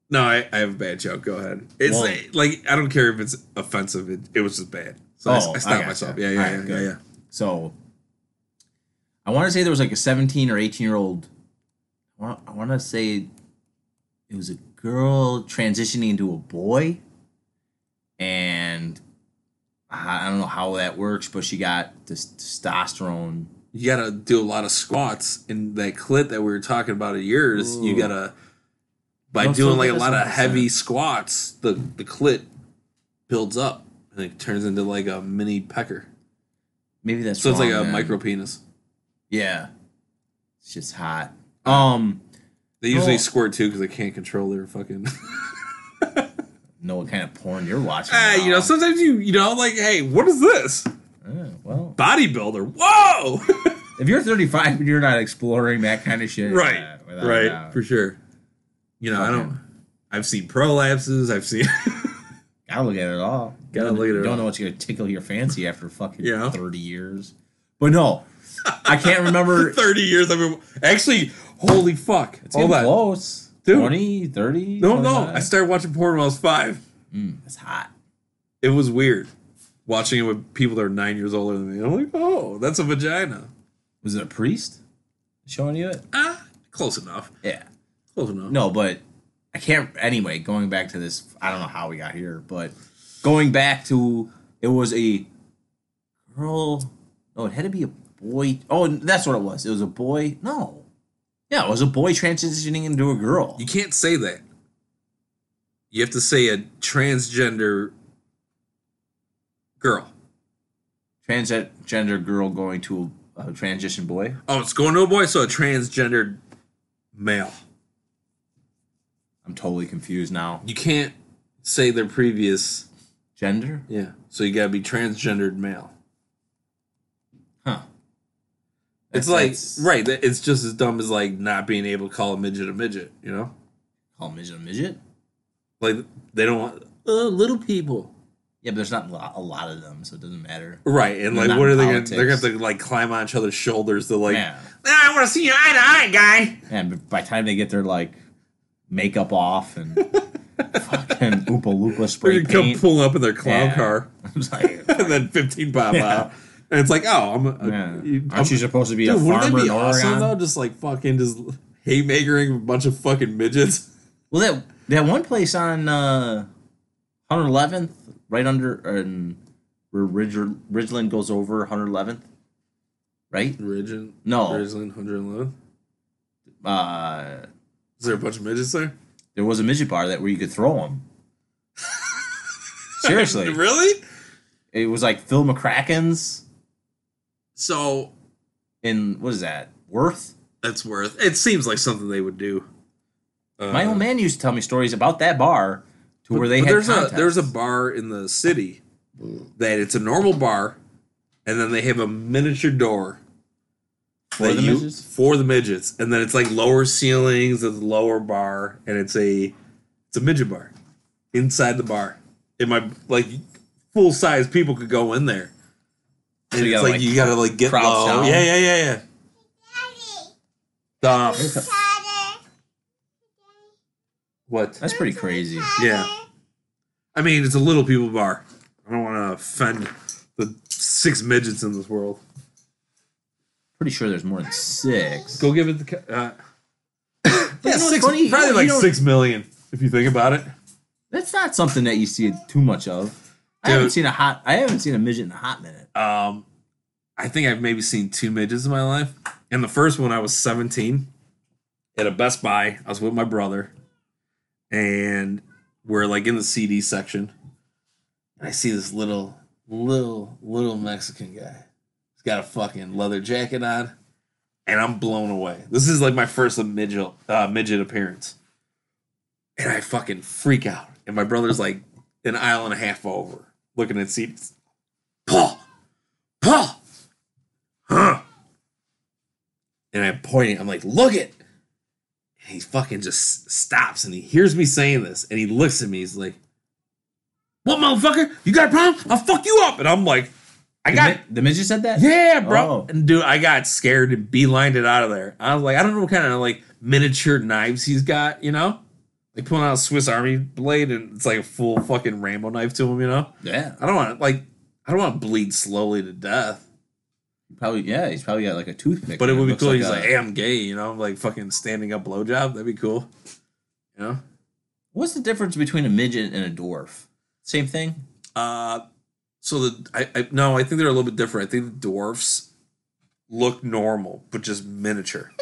No, I, I have a bad joke. Go ahead. It's Whoa. like, like, I don't care if it's offensive. It, it was just bad. So Oh, I, I I stopped gotcha. myself. Yeah, yeah, All yeah, right, yeah, good. yeah. So I want to say there was like a 17 or 18-year-old I want to say it was a girl transitioning into a boy and I I don't know how that works, but she got this testosterone. You gotta do a lot of squats in that clit that we were talking about of yours. You Ooh. gotta by No, so doing like a that lot of doesn't make heavy squats, the the clit builds up and it turns into like a mini pecker. Maybe that's So it's like wrong, a man. micro penis. Yeah, it's just hot. Uh. Um, They usually Oh. squirt too because they can't control their fucking. know what kind of porn you're watching? ah, you know, now. sometimes you you know like, hey, what is this Yeah, well, bodybuilder? Whoa, if you're 35 and you're not exploring that kind of shit, right, yeah, without a right, doubt. for sure. You know, I Okay. don't. I've seen prolapses. I've seen. Gotta look at it all. Gotta You look at it Don't all. know what's gonna tickle your fancy after fucking Yeah. 30 years. But no, I can't remember. Thirty years. I've been actually. Holy fuck! It's Hold getting on. close. Dude. 20, 30. No, no. 25. I started watching porn when I was five. Mm, it's hot. It was weird watching it with people that are nine years older than me. I'm like, oh, that's a vagina. Was it a priest showing you it? Ah, close enough. Yeah. Close enough. No, but I can't. Anyway, going back to this, I don't know how we got here, but going back to it was a girl. No, it had to be a boy. Oh, that's what it was. It was a boy. No, yeah, it was a boy transitioning into a girl. You can't say that. You have to say a transgender girl. Transgender girl going to a, a transition boy. Oh, it's going to a boy, so a transgendered male. I'm totally confused now. You can't say their previous. Gender? Yeah. So you gotta be transgendered male. Huh? It's That's- like that's- right. that- It's just as dumb as like not being able to call a midget a midget. You know, Call midget a midget. like they don't want uh, little people. Yeah, but there's not a lot- a lot of them, so it doesn't matter. Right, and like, Not what are in they gonna? politics. They're gonna have to like climb on each other's shoulders to like. Yeah. "Ah, I want to see you eye to eye, guy. And b- by the time they get their like makeup off and fucking oopa loopa They're spray gonna come paint, pull up in their clown Yeah. car, I was like, and then fifteen pop out, and it's like, oh, I'm. A, yeah. you- I'm aren't you supposed to be a dude, wouldn't farmer that in be awesome Oregon? though? Just like fucking just haymakering a bunch of fucking midgets. Well, that that one place on uh, 111th, right under and where Ridge, Ridgeland goes over 111th, right? Ridgeland, No. Ridgeland, hundred eleven. Uh, Is there a bunch of midgets there? there was a midget bar that where you could throw them. Seriously, really? it was like Phil McCracken's So in what is that Worth? that's worth. It seems like something they would do. Uh, My old man used to tell me stories about that bar to where they But had there's a contests. there's a bar in the city that it's a normal bar, and then they have a miniature door For that the you- midgets? for the midgets, and then it's like lower ceilings, it's a lower bar, and it's a it's a midget bar inside the bar. In my like full size people could go in there, and it's you gotta, like, like, you gotta like get crouch low. down. Yeah, yeah, yeah, yeah. The f- what? That's pretty crazy. Yeah. I mean, it's a little people bar. I don't want to offend the six midgets in this world. Pretty sure there's more than six. Go give it the. ca- Uh, But yeah, you know what's six, funny? You probably don't- like you don't- six million if you think about it. That's not something that you see too much of. I haven't Dude. seen a hot. I haven't seen a midget in a hot minute. Um, I think I've maybe seen two midgets in my life. And the first one, I was 17 at a Best Buy. I was with my brother, and we're like in the CD section. And I see this little, little, little Mexican guy. He's got a fucking leather jacket on, and I'm blown away. This is like my first midget, uh, midget appearance. And I fucking freak out. And my brother's like an aisle and a half over looking at CDs. Paul, Paul, huh? And I'm pointing. I'm like, look it. And he fucking just stops and he hears me saying this and he looks at me. He's like, "What, motherfucker? You got a problem? I'll fuck you up." And I'm like, "I The, got mi- the midget said that. yeah, bro. Oh. And dude, I got scared and beelined it out of there. I was like, I don't know what kind of like miniature knives he's got, you know? Like pulling out a Swiss Army blade and it's like a full fucking Rambo knife to him, you know? Yeah, I don't want to like I don't want to bleed slowly to death. probably. Yeah, he's probably got like a toothpick. But it and would be looks cool. he's a- like, hey, I'm gay, you know, I'm like fucking standing up blowjob. That'd be cool. You know? what's the difference between a midget and a dwarf? Same thing. Uh, so the I, I no, I think they're a little bit different. I think the dwarfs look normal, but just miniature.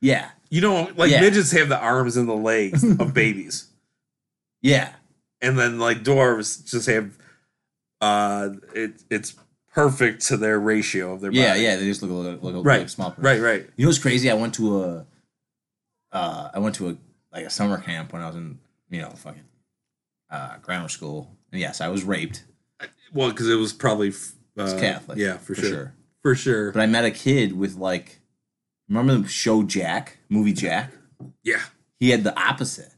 Yeah, You know, like Yeah. midgets have the arms and the legs of babies, yeah. and then like dwarves just have uh, it it's perfect to their ratio of their Yeah, body. yeah, they just look a little, look a Right, like small. person. right, right. You know what's crazy? I went to a, uh, I went to a like a summer camp when I was in you know fucking uh, grammar school, and yes, I was raped. Well, because it was probably f- uh, It's Catholic, yeah, for, sure. for sure. But I met a kid with like, remember the show Jack movie Jack? yeah, He had the opposite,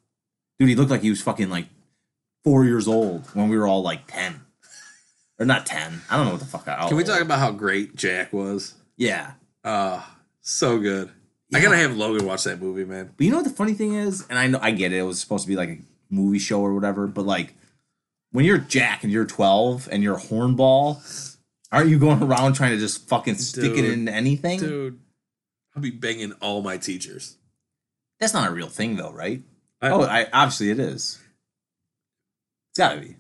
dude. He looked like he was fucking like four years old when we were all like ten, or not ten. I don't know what the fuck. I, can we talk about how great Jack was? Yeah, Uh so good. I gotta have Logan watch that movie, man. But you know what the funny thing is, and I know I get it. It was supposed to be like a movie show or whatever, but like when you're Jack and you're 12 and you're hornball, aren't you going around trying to just fucking stick Dude. it in anything? Dude, I'll be banging all my teachers. That's not a real thing though, right? I- oh, I obviously it is. It's got to be.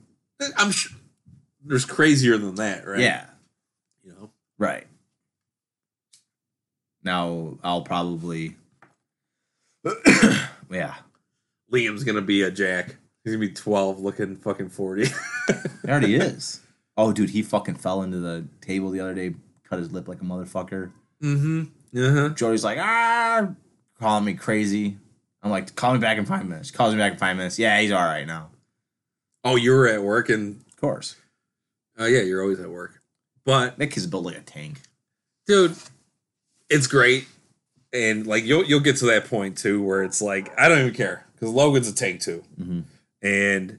I'm sure there's crazier than that, right? Yeah, You know? right. Now I'll probably yeah. Liam's gonna be a jack. He's gonna be twelve, looking fucking forty. It already is. Oh, dude, he fucking fell into the table the other day, cut his lip like a motherfucker. mm-hmm. Uh huh. Jody's like, ah, calling me crazy. I'm like, call me back in five minutes. She calls me back in five minutes. Yeah, he's all right now. Oh, you were at work, and Of course. oh yeah, you're always at work. But That kid's built like a tank. dude, it's great, and like you'll you'll get to that point too, Mm-hmm. where it's like I don't even care because Logan's a tank too, Mhm. and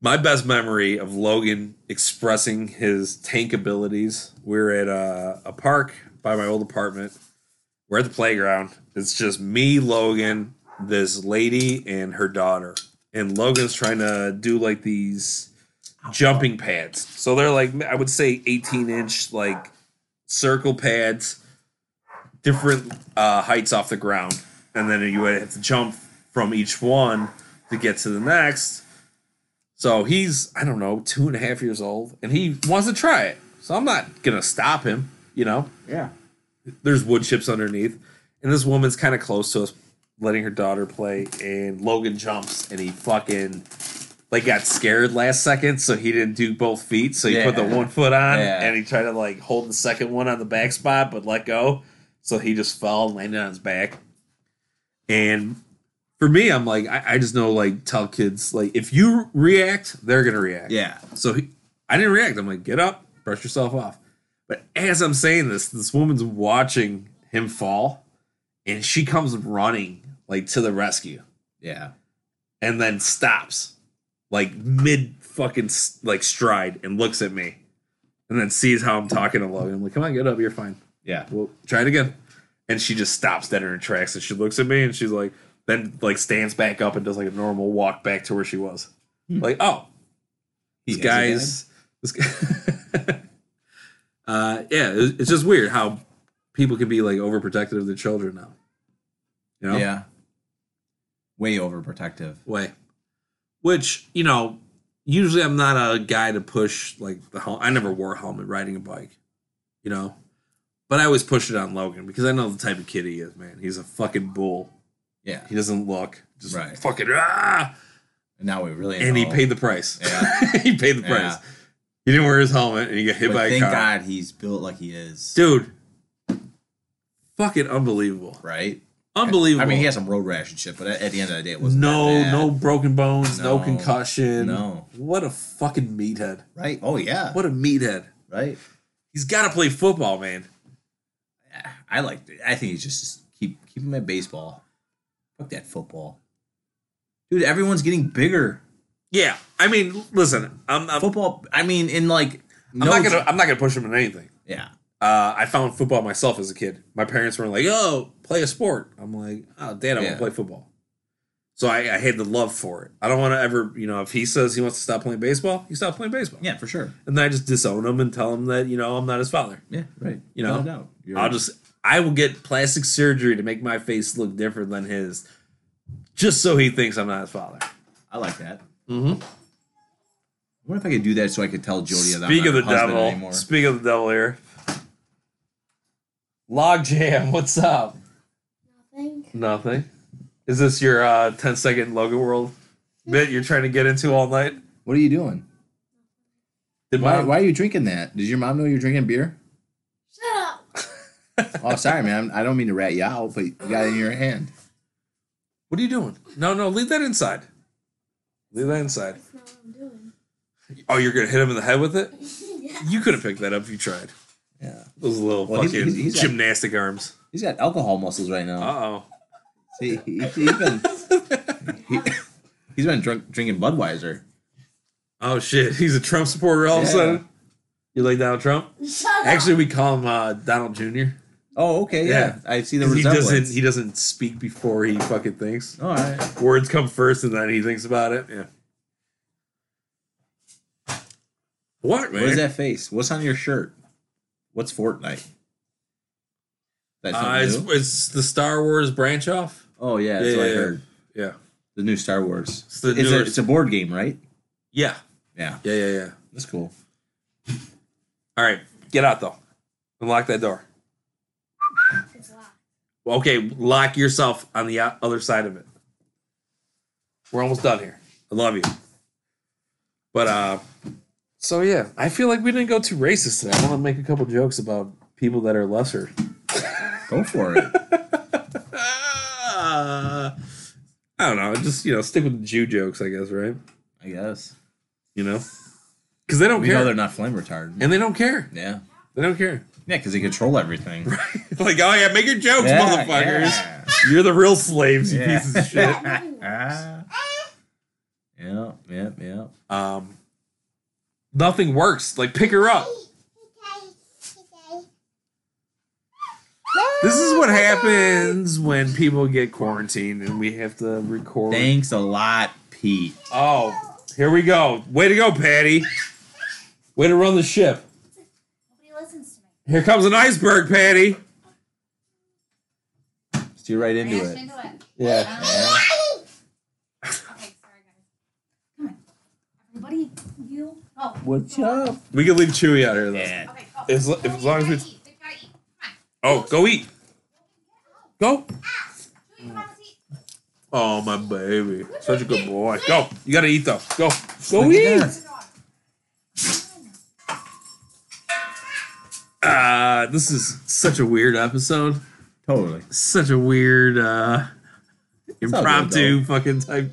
my best memory of Logan expressing his tank abilities. We are at uh, a, a park by my old apartment. We're at the playground. It's just me, Logan, this lady, and her daughter. And Logan's trying to do like these jumping pads. So they're like, I would say 18 inch, like circle pads, different uh, heights off the ground. And then you would have to jump from each one to get to the next. So he's, I don't know, two and a half years old, and he wants to try it. So I'm not going to stop him, you know? Yeah. There's wood chips underneath, and this woman's kind of close to us, letting her daughter play, and Logan jumps, and he fucking. Like got scared last second, so he didn't do both feet. So he put the Yeah. one foot on, Yeah. and he tried to like hold the second one on the back spot, but let go. So he just fell and landed on his back. And for me, I'm like, I, I just know, like, tell kids, like, if you react, they're gonna react. Yeah. So he, I didn't react. I'm like, get up, brush yourself off. But as I'm saying this, this woman's watching him fall, and she comes running like to the rescue, Yeah. and then stops, like mid fucking s- like stride, and looks at me, and then sees how I'm talking to Logan. I'm like, come on, get up, you're fine. Yeah. Well, try it again. And she just stops dead in her tracks and she looks at me and she's like, then like stands back up and does like a normal walk back to where she was. Like, oh, these has a guide? guys, this guy. uh, yeah, it- it's just weird how people can be like overprotective of their children now. You know? Yeah. Way overprotective. way. Which, you know, usually I'm not a guy to push like the helmet. I never wore a helmet riding a bike, you know? But I always push it on Logan because I know the type of kid he is, man. He's a fucking bull. Yeah. He doesn't look. Just Right. fucking ah! And now we really And he know. paid the price. Yeah. he paid the price. Yeah. He didn't wear his helmet and he got hit But by a thank car. God he's built like he is. Dude. Fucking unbelievable. Right? Unbelievable. I mean, he had some road rash and shit, but at, at the end of the day, it wasn't no, that bad. no broken bones, no, No. concussion. No. What a fucking meathead. Right? Oh, yeah. What a meathead. Right? He's got to play football, man. I like. I think he's just keep keep him at baseball. Fuck that football, dude. Everyone's getting bigger. Yeah, I mean, listen, I'm, I'm, Football. I mean, in like no. I'm not gonna I'm not gonna push him in anything. yeah. Uh, I found football myself as a kid. My parents were like, "Oh, play a sport." I'm like, "Oh, Dad, I want Yeah. to play football." So I, I had the love for it. I don't want to ever, you know, if he says he wants to stop playing baseball, he stops playing baseball. Yeah, for sure. And then I just disown him and tell him that you know I'm not his father. Yeah, right. You know? Without a doubt. You're- I'll just I will get plastic surgery to make my face look different than his, just so he thinks I'm not his father. I like that. Mm-hmm. I wonder if I could do that so I could tell Jody that. Speak I'm of not the her husband devil. Anymore. Speak of the devil here. Log jam, what's up? Nothing. Nothing. Is this your uh 10 second logo world bit you're trying to get into all night? What are you doing? Did Why, mom- why are you drinking that? Does your mom know you're drinking beer? Shut up. Oh, sorry, man. I don't mean to rat you out, but you got it in your hand. What are you doing? No, no, leave that inside. Leave that inside. That's not what I'm doing. Oh, you're gonna hit him in the head with it? yeah. You could have picked that up if you tried. Yeah. Those little Well, he's- fucking he's- he's got- gymnastic arms. He's got alcohol muscles right now. Uh oh. See, he, he, has been he, he's been drunk drinking Budweiser. Oh shit, he's a Trump supporter all of a Yeah. sudden. You like Donald Trump? Shut Actually, we call him uh, Donald Jr. Oh, okay, yeah, I see the He resemblance. doesn't. He doesn't speak before he fucking thinks. All right, Words come first, and then he thinks about it. Yeah. What man? what is that face? What's on your shirt? What's Fortnite? That Uh, something it's, new? it's the Star Wars branch off. oh yeah, that's what I yeah, heard. Yeah. The new Star Wars. It's the It's a, newer- it's a board game, right? Yeah. Yeah, Yeah. Yeah. Yeah. that's cool. All right, get out though. Unlock that door. up. It's locked. Well, okay, lock yourself on the o- other side of it. We're almost done here. I love you. But uh so yeah, I feel like we didn't go too racist today. I want to make a couple jokes about people that are lesser. Go for it. Ah, I don't know. Just you know, stick with the Jew jokes, I guess, right? I guess You know, because they don't we know care, they're not flame retardant. and they don't care. Yeah, They don't care. yeah, because they control everything. like, oh yeah, make your jokes, Yeah, motherfuckers. yeah. You're the real slaves, you pieces of shit. Yeah, nothing. Ah. Yeah, yeah, yeah. Um, nothing works. Like pick her up. This is what happens when people get quarantined and we have to record. Thanks a lot, Pete. Oh, here we go. Way to go, Patty. Way to run the ship. Nobody listens to me. Here comes an iceberg, Patty. Steer right into Crashed it. into it. Yeah. Um, okay, sorry guys. Come on. Everybody, you. Oh. What's up? We can leave Chewy out here though. Okay. Oh. As, lo- as long as we. Eat. They've gotta eat. Come Oh, go eat. Go. on. Chewy, come on, let's eat. Mm. Oh my baby, such a good boy. Go. You gotta eat though. Go. Go eat. Good dog. Uh, this is such a weird episode. Totally. Such a weird uh all good, impromptu fucking type.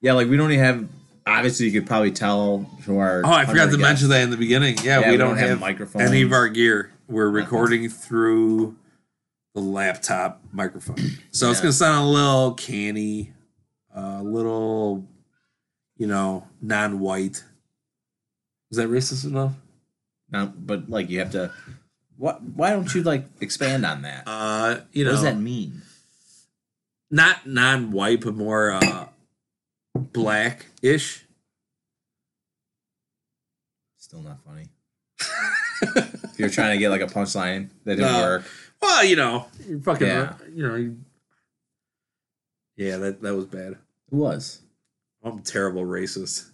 Yeah, like we don't even have. Obviously, you could probably tell to our. Oh, I forgot to guests. mention that in the beginning. Yeah, we, don't, have, microphones. any of our gear. We're recording through the laptop microphone, so it's Yeah. gonna sound a little canny, a little, you know, non-white. Is that racist enough? No, but like you have to. What? Why don't you like expand on that? Uh, you what know, does that mean? not non-white, but more uh, black-ish. Still not funny. if you're trying to get like a punchline that didn't No. work, Well, you know, you're fucking, uh, Yeah. you know, you, yeah, that that was bad. it was I'm a terrible racist.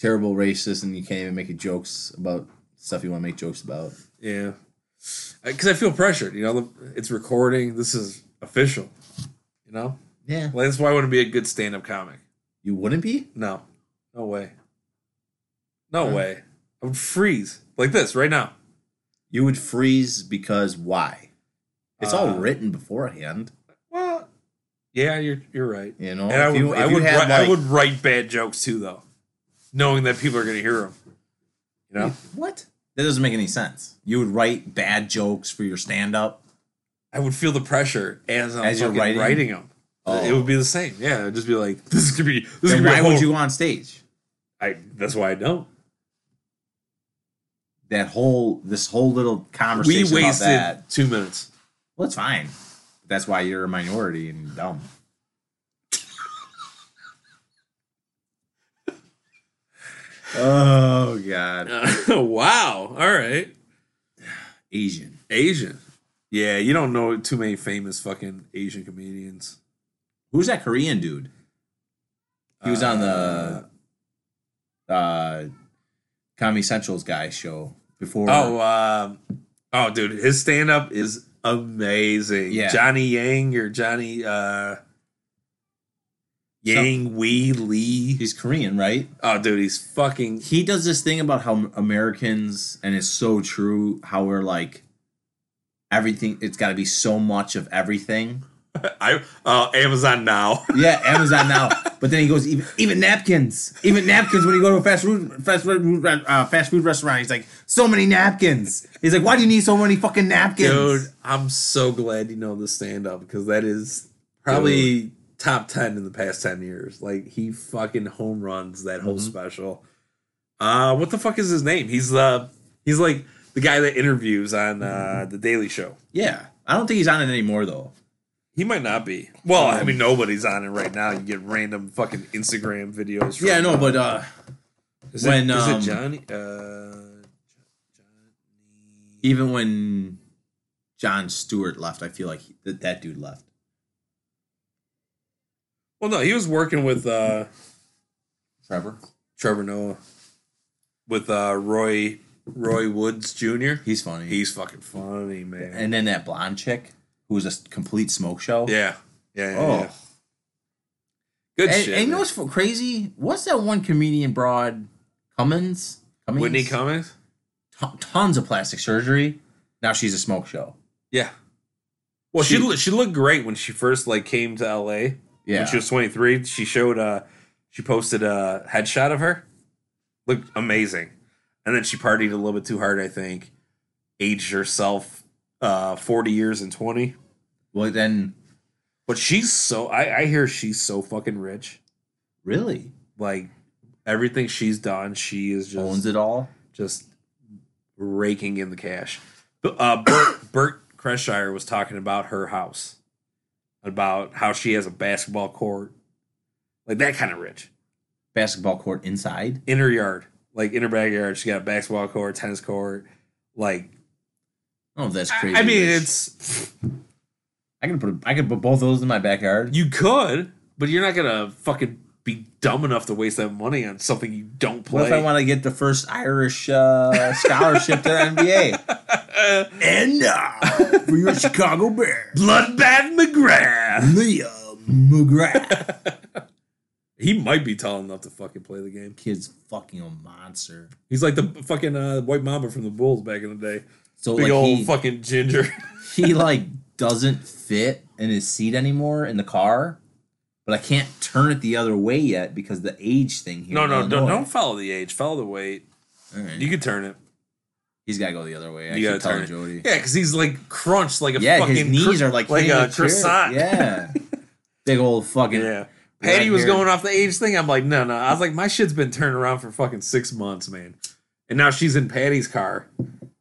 terrible racist, and you can't even make jokes about stuff you want to make jokes about. Yeah, because I feel pressured. You know, the- it's recording. This is official. You know, Yeah, like, that's why I want to be a good stand-up comic. you wouldn't be. No, no way, no way. I would freeze like this right now. You would freeze because why? It's all Uh, written beforehand. Well, yeah, you're you're right. You know, And I If would, you- if I, you would had, write, I like- would write bad jokes too, though, knowing that people are going to hear them. You know, What? That doesn't make any sense. You would write bad jokes for your stand up. I would feel the pressure as I'm As you're fucking writing? writing, them. It Oh. would be the same. Yeah, it'd just be like this could be. This Then could be a why would whole- you on stage? I, that's why I don't. That whole this whole little We conversation about wasted that. two minutes. Well, it's fine. That's why you're a minority and dumb. oh god, wow. All right. Asian. Asian. Yeah, you don't know too many famous fucking Asian comedians. Who's that Korean dude? He was on the uh Comedy Central's guy show before. Oh, um, oh, dude, his stand up is amazing. Yeah. Johnny Yang or Johnny uh, Yang Wee Lee. he's Korean, right? Oh, dude, he's fucking. he does this thing about how Americans, and it's so true, how we're like everything. It's got to be so much of everything. I uh, Amazon now. Yeah, Amazon now. But then he goes even even napkins, even napkins. When you go to a fast food fast food uh, fast food restaurant, he's like so many napkins. He's like, why do you need so many fucking napkins? dude, I'm so glad you know the stand up because that is probably top 10 in the past 10 years. Like, he fucking home runs that whole special. Uh, what the fuck is his name? He's the, he's like the guy that interviews on uh, The Daily Show. Yeah, I don't think he's on it anymore though. He might not be. Um, Well, I mean, nobody's on it right now. You get random fucking Instagram videos. From, Yeah, no, but uh, is when, it, is um, it Johnny? Uh, even when John Stewart left, I feel like he, that that dude left. well, no, he was working with uh, Trevor, Trevor Noah, with uh, Roy Roy Woods Jr. he's funny. He's fucking funny, man. and then that blonde chick who was a s- complete smoke show. yeah, yeah, yeah. Oh. yeah. Good and, shit. and you know man. what's fu- crazy? What's that one comedian broad Cummins? Cummings? Whitney Cummings. T- tons of plastic surgery. Now she's a smoke show. Yeah. Well, she She- she, loo- she looked great when she first like came to L.A. Yeah. when she was 23 she showed uh she posted a headshot of her looked amazing and then she partied a little bit too hard i think aged herself uh 40 years and 20 well then but she's so i i hear she's so fucking rich Really? Like everything she's done, she is just Owns it all? just raking in the cash. B- Uh, Bert, Bert Creshire was talking about her house, about how she has a basketball court, like that kind of rich Basketball court inside? in her yard, like in her backyard. She got a basketball court, tennis court, like Oh, that's I- crazy. I mean, rich. it's I can put I can put both of those in my backyard. you could, but you're not gonna fucking be dumb enough to waste that money on something you don't play. What if I want to get the first Irish uh, scholarship to the NBA? And now uh, for your Chicago Bears, Bloodbath McGrath. Liam McGrath. He might be tall enough to fucking play the game. Kid's fucking a monster. He's like the fucking uh, white mamba from the Bulls back in the day. So Big like old he, fucking ginger. he like doesn't fit in his seat anymore in the car, but I can't turn it the other way yet because the age thing here. Oh, no, in no, don't, Illinois. don't follow the age. Follow the weight. All right. You could turn it. He's got to go the other way. I You gotta should tell turn it. Jody. Yeah, because he's like crunched like a Yeah, fucking his knees cr- are like like hitting the a chair. croissant. Yeah, big old fucking. Yeah. Patty was Red hair. going off the age thing. I'm like, no, no. I was like, my shit's been turned around for fucking six months, man. And now she's in Patty's car,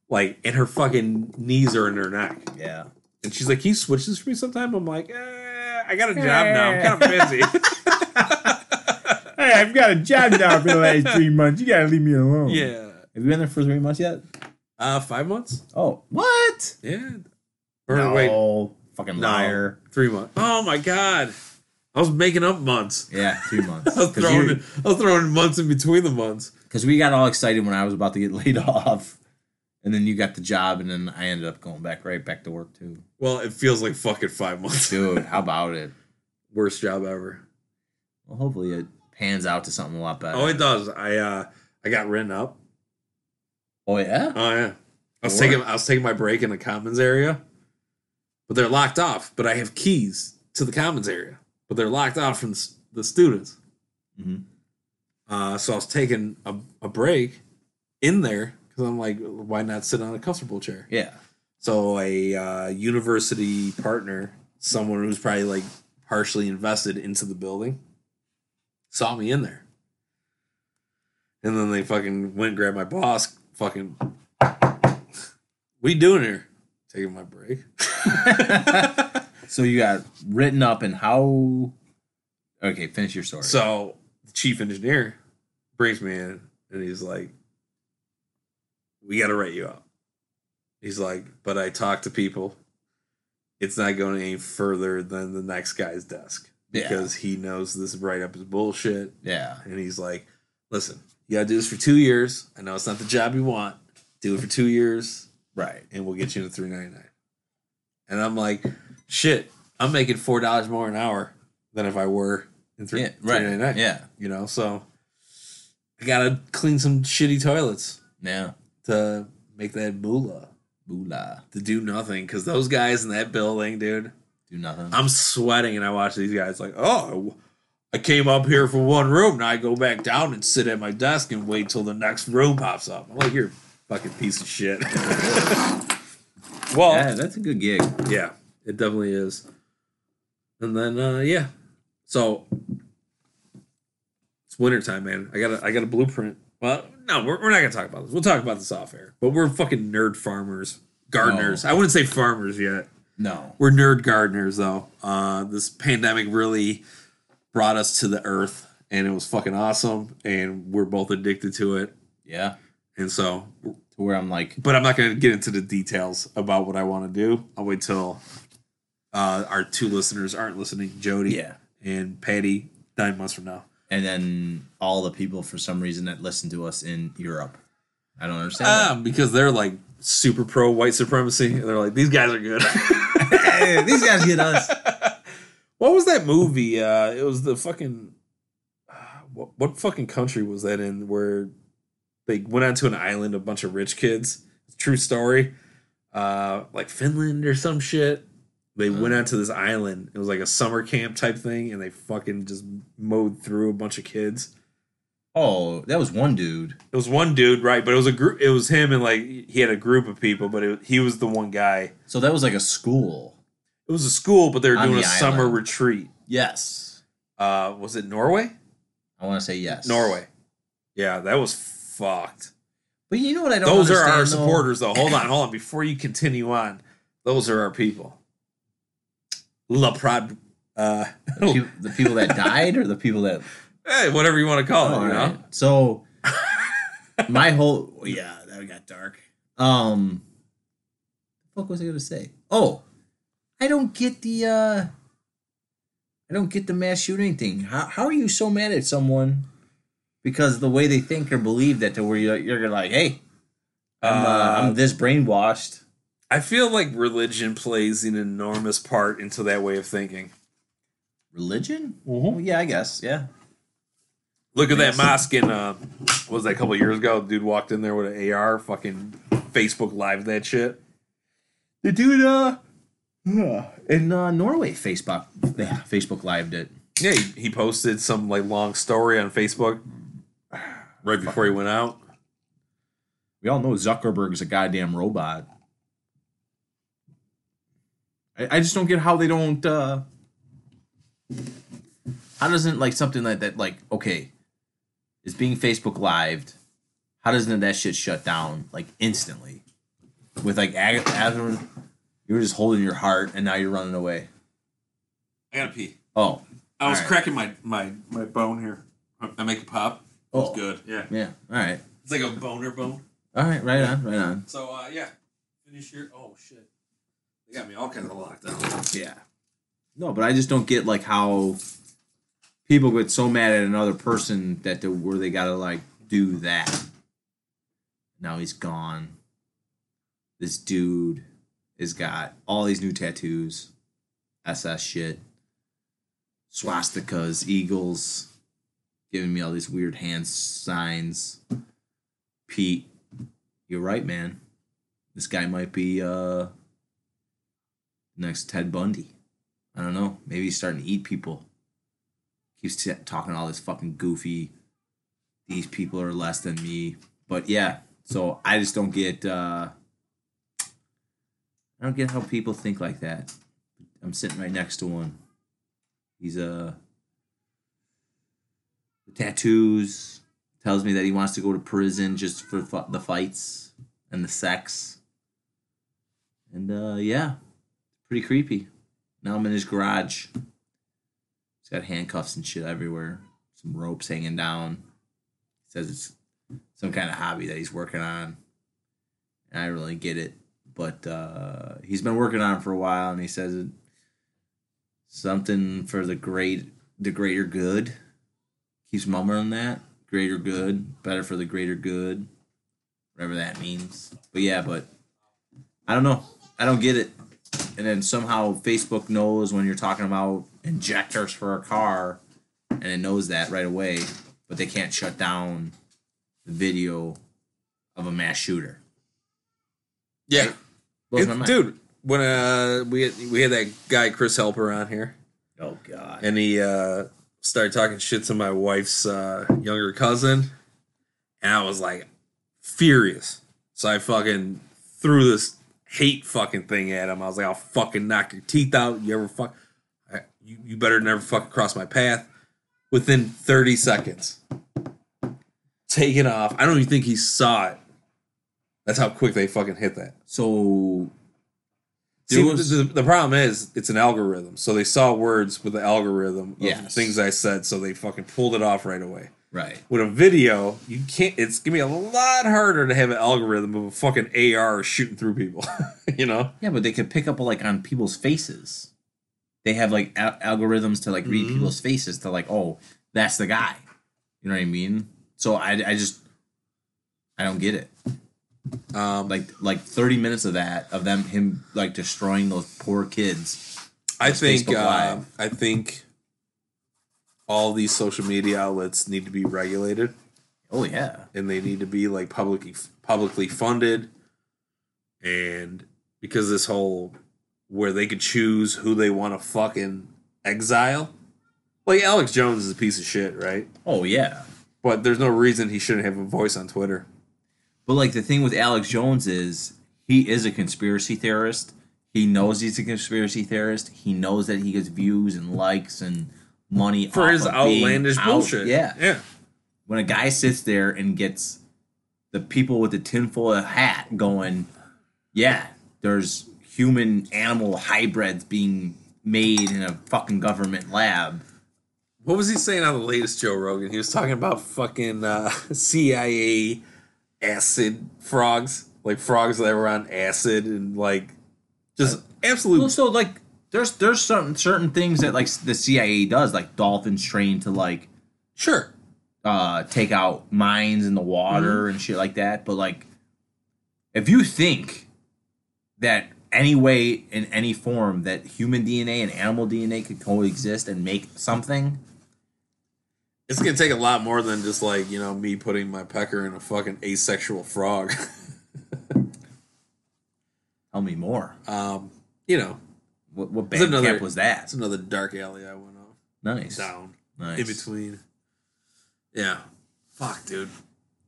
like, and her fucking knees are in her neck. yeah. And she's like, "Can you switch this for me sometime?" I'm like, eh, "I got a job now. I'm kind of busy." Hey, I've got a job now for the last three months. You gotta leave me alone. yeah, Have you been there for three months yet? uh, five months. Oh, what? Yeah, or wait, Oh, fucking liar. three months. Oh my god, I was making up months. Yeah, three months. I was throwing, Because I was throwing months in between the months. we got all excited when I was about to get laid off, and then you got the job, and then I ended up going back right back to work too. Well, it feels like fucking five months. Dude, how about it? Worst job ever. Well, hopefully it pans out to something a lot better. Oh, it does. I uh, I got written up. Oh, yeah. Oh yeah. I was Or- taking I was taking my break in the commons area, but they're locked off. But I have keys to the commons area, but they're locked off from s- the students. Mm-hmm. Mhm. Uh, so I was taking a, a break in there because I'm like, why not sit on a comfortable chair? Yeah. So a uh, university partner, someone who's probably like partially invested into the building, saw me in there. And then they fucking went and grabbed my boss. Fucking, what you doing here? Taking my break. So you got written up, and how? Okay, finish your story. So the chief engineer brings me in and he's like, We gotta write you out. He's like, But I talk to people. It's not going any further than the next guy's desk. Yeah. Because he knows this write up is bullshit. yeah. And he's like, Listen, you gotta do this for two years. I know it's not the job you want. Do it for two years Right. and we'll get you to three ninety nine. And I'm like, shit, I'm making four dollars more an hour than if I were in three Yeah. Right. 399 Yeah. you know so i gotta clean some shitty toilets Yeah. to make that moolah Bula. to do nothing because those guys in that building dude Do nothing. i'm sweating and i watch these guys like oh i came up here for one room now i go back down and sit at my desk and wait till the next room pops up i'm like you're a fucking piece of shit well yeah, that's a good gig. yeah, it definitely is. And then uh yeah. So it's wintertime, man. I got a I got a blueprint. Well, no, we're, we're not gonna talk about this. We'll talk about this off air. But we're fucking nerd farmers. Gardeners. I wouldn't say farmers yet. No. We're nerd gardeners though. Uh this pandemic really brought us to the earth and it was fucking awesome and we're both addicted to it. Yeah. And so To where I'm like, but I'm not going to get into the details about what I want to do. I'll wait till uh, our two listeners aren't listening, Jody yeah. and Patty, nine months from now. And then all the people for some reason that listen to us in Europe. I don't understand. Ah, because they're like super pro white supremacy. And they're like, these guys are good. that. Hey, these guys get us. what was that movie? Uh, it was the fucking. uh, What, what fucking country was that in where they went onto an island, a bunch of rich kids? True story. Uh, like Finland or some shit. They went onto this island. It was like a summer camp type thing, and they fucking just mowed through a bunch of kids. Oh, that was one dude. It was one dude, right? But it was a group. It was him and like he had a group of people, but it, he was the one guy. So that was like a school. It was a school, but they were On doing a the summer island. retreat. Yes. Uh, was it Norway? I want to say yes. Norway. Yeah, that was fucked. But you know what I don't Those are our understand, though? supporters, though. Hold on, hold on. Before you continue on, those are our people. La Prod. Uh, The peop- the people that died or the people that hey, whatever you want to call it, All you right. know? So my whole Yeah, that got dark. um what fuck was I gonna say? Oh, I don't get the uh I don't get the mass shooting thing. How how are you so mad at someone because the way they think or believe that to where you're, you're like, hey, I'm, uh, I'm this brainwashed. I feel like religion plays an enormous part into that way of thinking. Religion? Well, yeah, I guess. Yeah. Look at that mosque in uh, what was that a couple years ago? Dude walked in there with an AR, fucking Facebook Live that shit. The dude uh in uh, Norway Facebook yeah, Facebook lived it. Yeah, he, he posted some like long story on Facebook right before he went out. We all know Zuckerberg's a goddamn robot. I, I just don't get how they don't. uh how doesn't like something like that like okay it's being facebook lived how doesn't that shit shut down like instantly with like ag- ag- you were just holding your heart and now you're running away I gotta pee. oh I was All right. cracking my, my my bone here. I make it pop. It's Oh. good. Yeah, yeah all right it's like a boner bone. all right right on right on So uh, yeah, finish your. Oh shit, they got me all kinds of locked down. Yeah. No, but I just don't get like how people get so mad at another person that they, where they gotta like do that. now he's gone this dude has got all these new tattoos ss shit swastikas eagles giving me all these weird hand signs pete you're right man this guy might be uh next ted bundy i don't know maybe he's starting to eat people keeps t- talking all this fucking goofy these people are less than me but yeah so i just don't get uh i don't get how people think like that i'm sitting right next to one he's uh the tattoos tells me that he wants to go to prison just for fu- the fights and the sex and uh yeah pretty creepy now i'm in his garage he's got handcuffs and shit everywhere some ropes hanging down says it's some kind of hobby that he's working on. And I don't really get it, but uh, he's been working on it for a while, and he says it something for the great, the greater good. Keeps mumbling that greater good, better for the greater good, whatever that means. But yeah, but I don't know. I don't get it. And then somehow Facebook knows when you're talking about injectors for a car, and it knows that right away, but they can't shut down the video of a mass shooter. Yeah, Blows It- my mind. dude. When uh, we had, we had that guy Chris Helper on here, Oh god. and he uh, started talking shit to my wife's uh, younger cousin, and I was like furious. So I fucking threw this hate fucking thing at him. I was like, I'll fucking knock your teeth out. You ever fuck? I, you, you better never fucking cross my path. Within thirty seconds, taken off. I don't even think he saw it. That's how quick they fucking hit that. So See, There was- the, the problem is it's an algorithm, so they saw words with the algorithm of Yes. things I said, so they fucking pulled it off right away. right. With a video, you can't. It's gonna be a lot harder to have an algorithm of a fucking AR shooting through people. you know? Yeah, but they could pick up like on people's faces. They have like al- algorithms to like read Mm-hmm. people's faces to like, oh, that's the guy. You know what I mean? So I, I just I don't get it. Um, Like like thirty minutes of that of them him like destroying those poor kids. I think. Facebook Uh, Live. I think all these social media outlets need to be regulated, Oh yeah, and they need to be like publicly publicly funded, and because this whole where they could choose who they want to fucking exile. Like Alex Jones is a piece of shit, right? oh yeah. But there's no reason he shouldn't have a voice on Twitter. But like the thing with Alex Jones is he is a conspiracy theorist. He knows he's a conspiracy theorist. He knows that he gets views and likes and money for off his of being outlandish out- bullshit. Yeah. yeah. When a guy sits there and gets the people with the tinfoil hat going, yeah, there's human animal hybrids being made in a fucking government lab. What was he saying on the latest Joe Rogan? He was talking about fucking uh, CIA acid frogs, like frogs that were on acid and like just Well, absolute. so like there's there's certain certain things that like the CIA does, like dolphins trained to like Sure, uh take out mines in the water Mm-hmm. and shit like that. But like if you think that any way in any form that human DNA and animal DNA could coexist and make something, it's gonna take a lot more than just like you know me putting my pecker in a fucking asexual frog. tell me more. um, you know, What what There's band another- camp was that? that's another dark alley I went off Nice. down Nice. in between. Yeah, fuck, dude.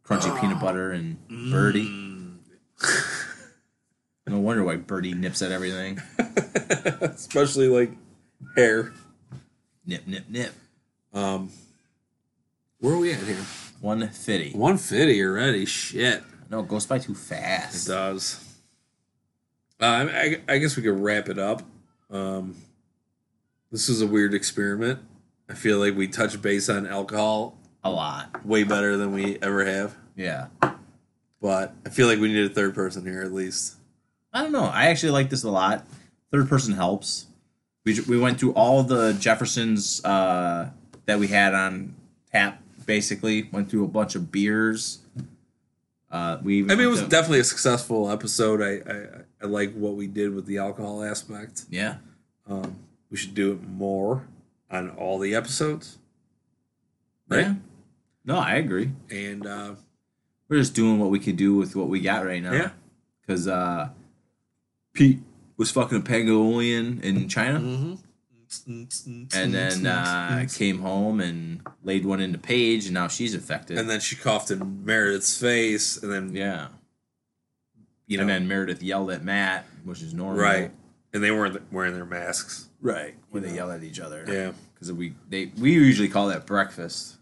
Crunchy peanut butter and Mm. birdie. no wonder why birdie nips at everything. Especially like hair. Nip, nip, nip. Um, where are we at here? 150. One fifty already. Shit. No, it goes by too It fast. does. Uh, I, I guess we could wrap it up. Um, this is a weird experiment. I feel like we touch base on alcohol A lot. way better than we ever have, Yeah. but I feel like we need a third person here at least. I don't know. I actually like this a lot. Third person helps. We, ju- we went through all the Jeffersons uh, that we had on tap, basically. Went through a bunch of beers. Uh, we even I mean, it went was to- definitely a successful episode. I, I, I like what we did with the alcohol aspect. Yeah. Um, we should do it more on all the episodes. Right? Yeah. No, I agree. And uh, We're just doing what we could do with what we got right now. Yeah. Because uh, Pete was fucking a pangolin in China. Mm-hmm. and then uh, came home and laid one into Paige, and now she's infected. and then she coughed in Meredith's face, and then yeah, you know, and then Meredith yelled at Matt, which is normal, right, and they weren't wearing their masks. Right, when they yell at each other, Yeah, because we they we usually call that breakfast,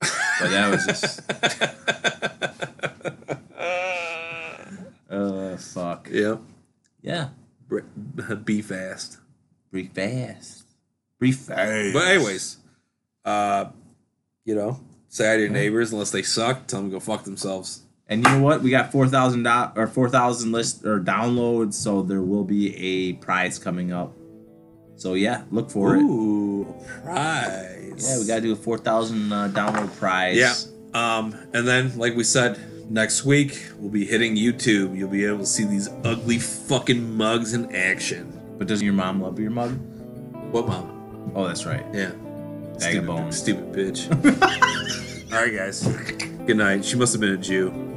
but that was just uh fuck yeah, yeah, Bre- be fast. brief fast, brief fast. But anyways, uh, you know, say hi to your neighbors unless they suck. Tell them to go fuck themselves. And you know what? We got four thousand dot or four thousand list or downloads, so there will be a prize coming up. So yeah, look for it. Ooh, prize. Yeah, we gotta do a four thousand uh, download prize. Yeah. Um, and then, like we said, next week we'll be hitting YouTube. You'll be able to see these ugly fucking mugs in action. But doesn't your mom love your mug? What, mom? Oh, that's right. Yeah. Bag of bones. Stupid bitch. All right, guys. Good night. She must have been a Jew.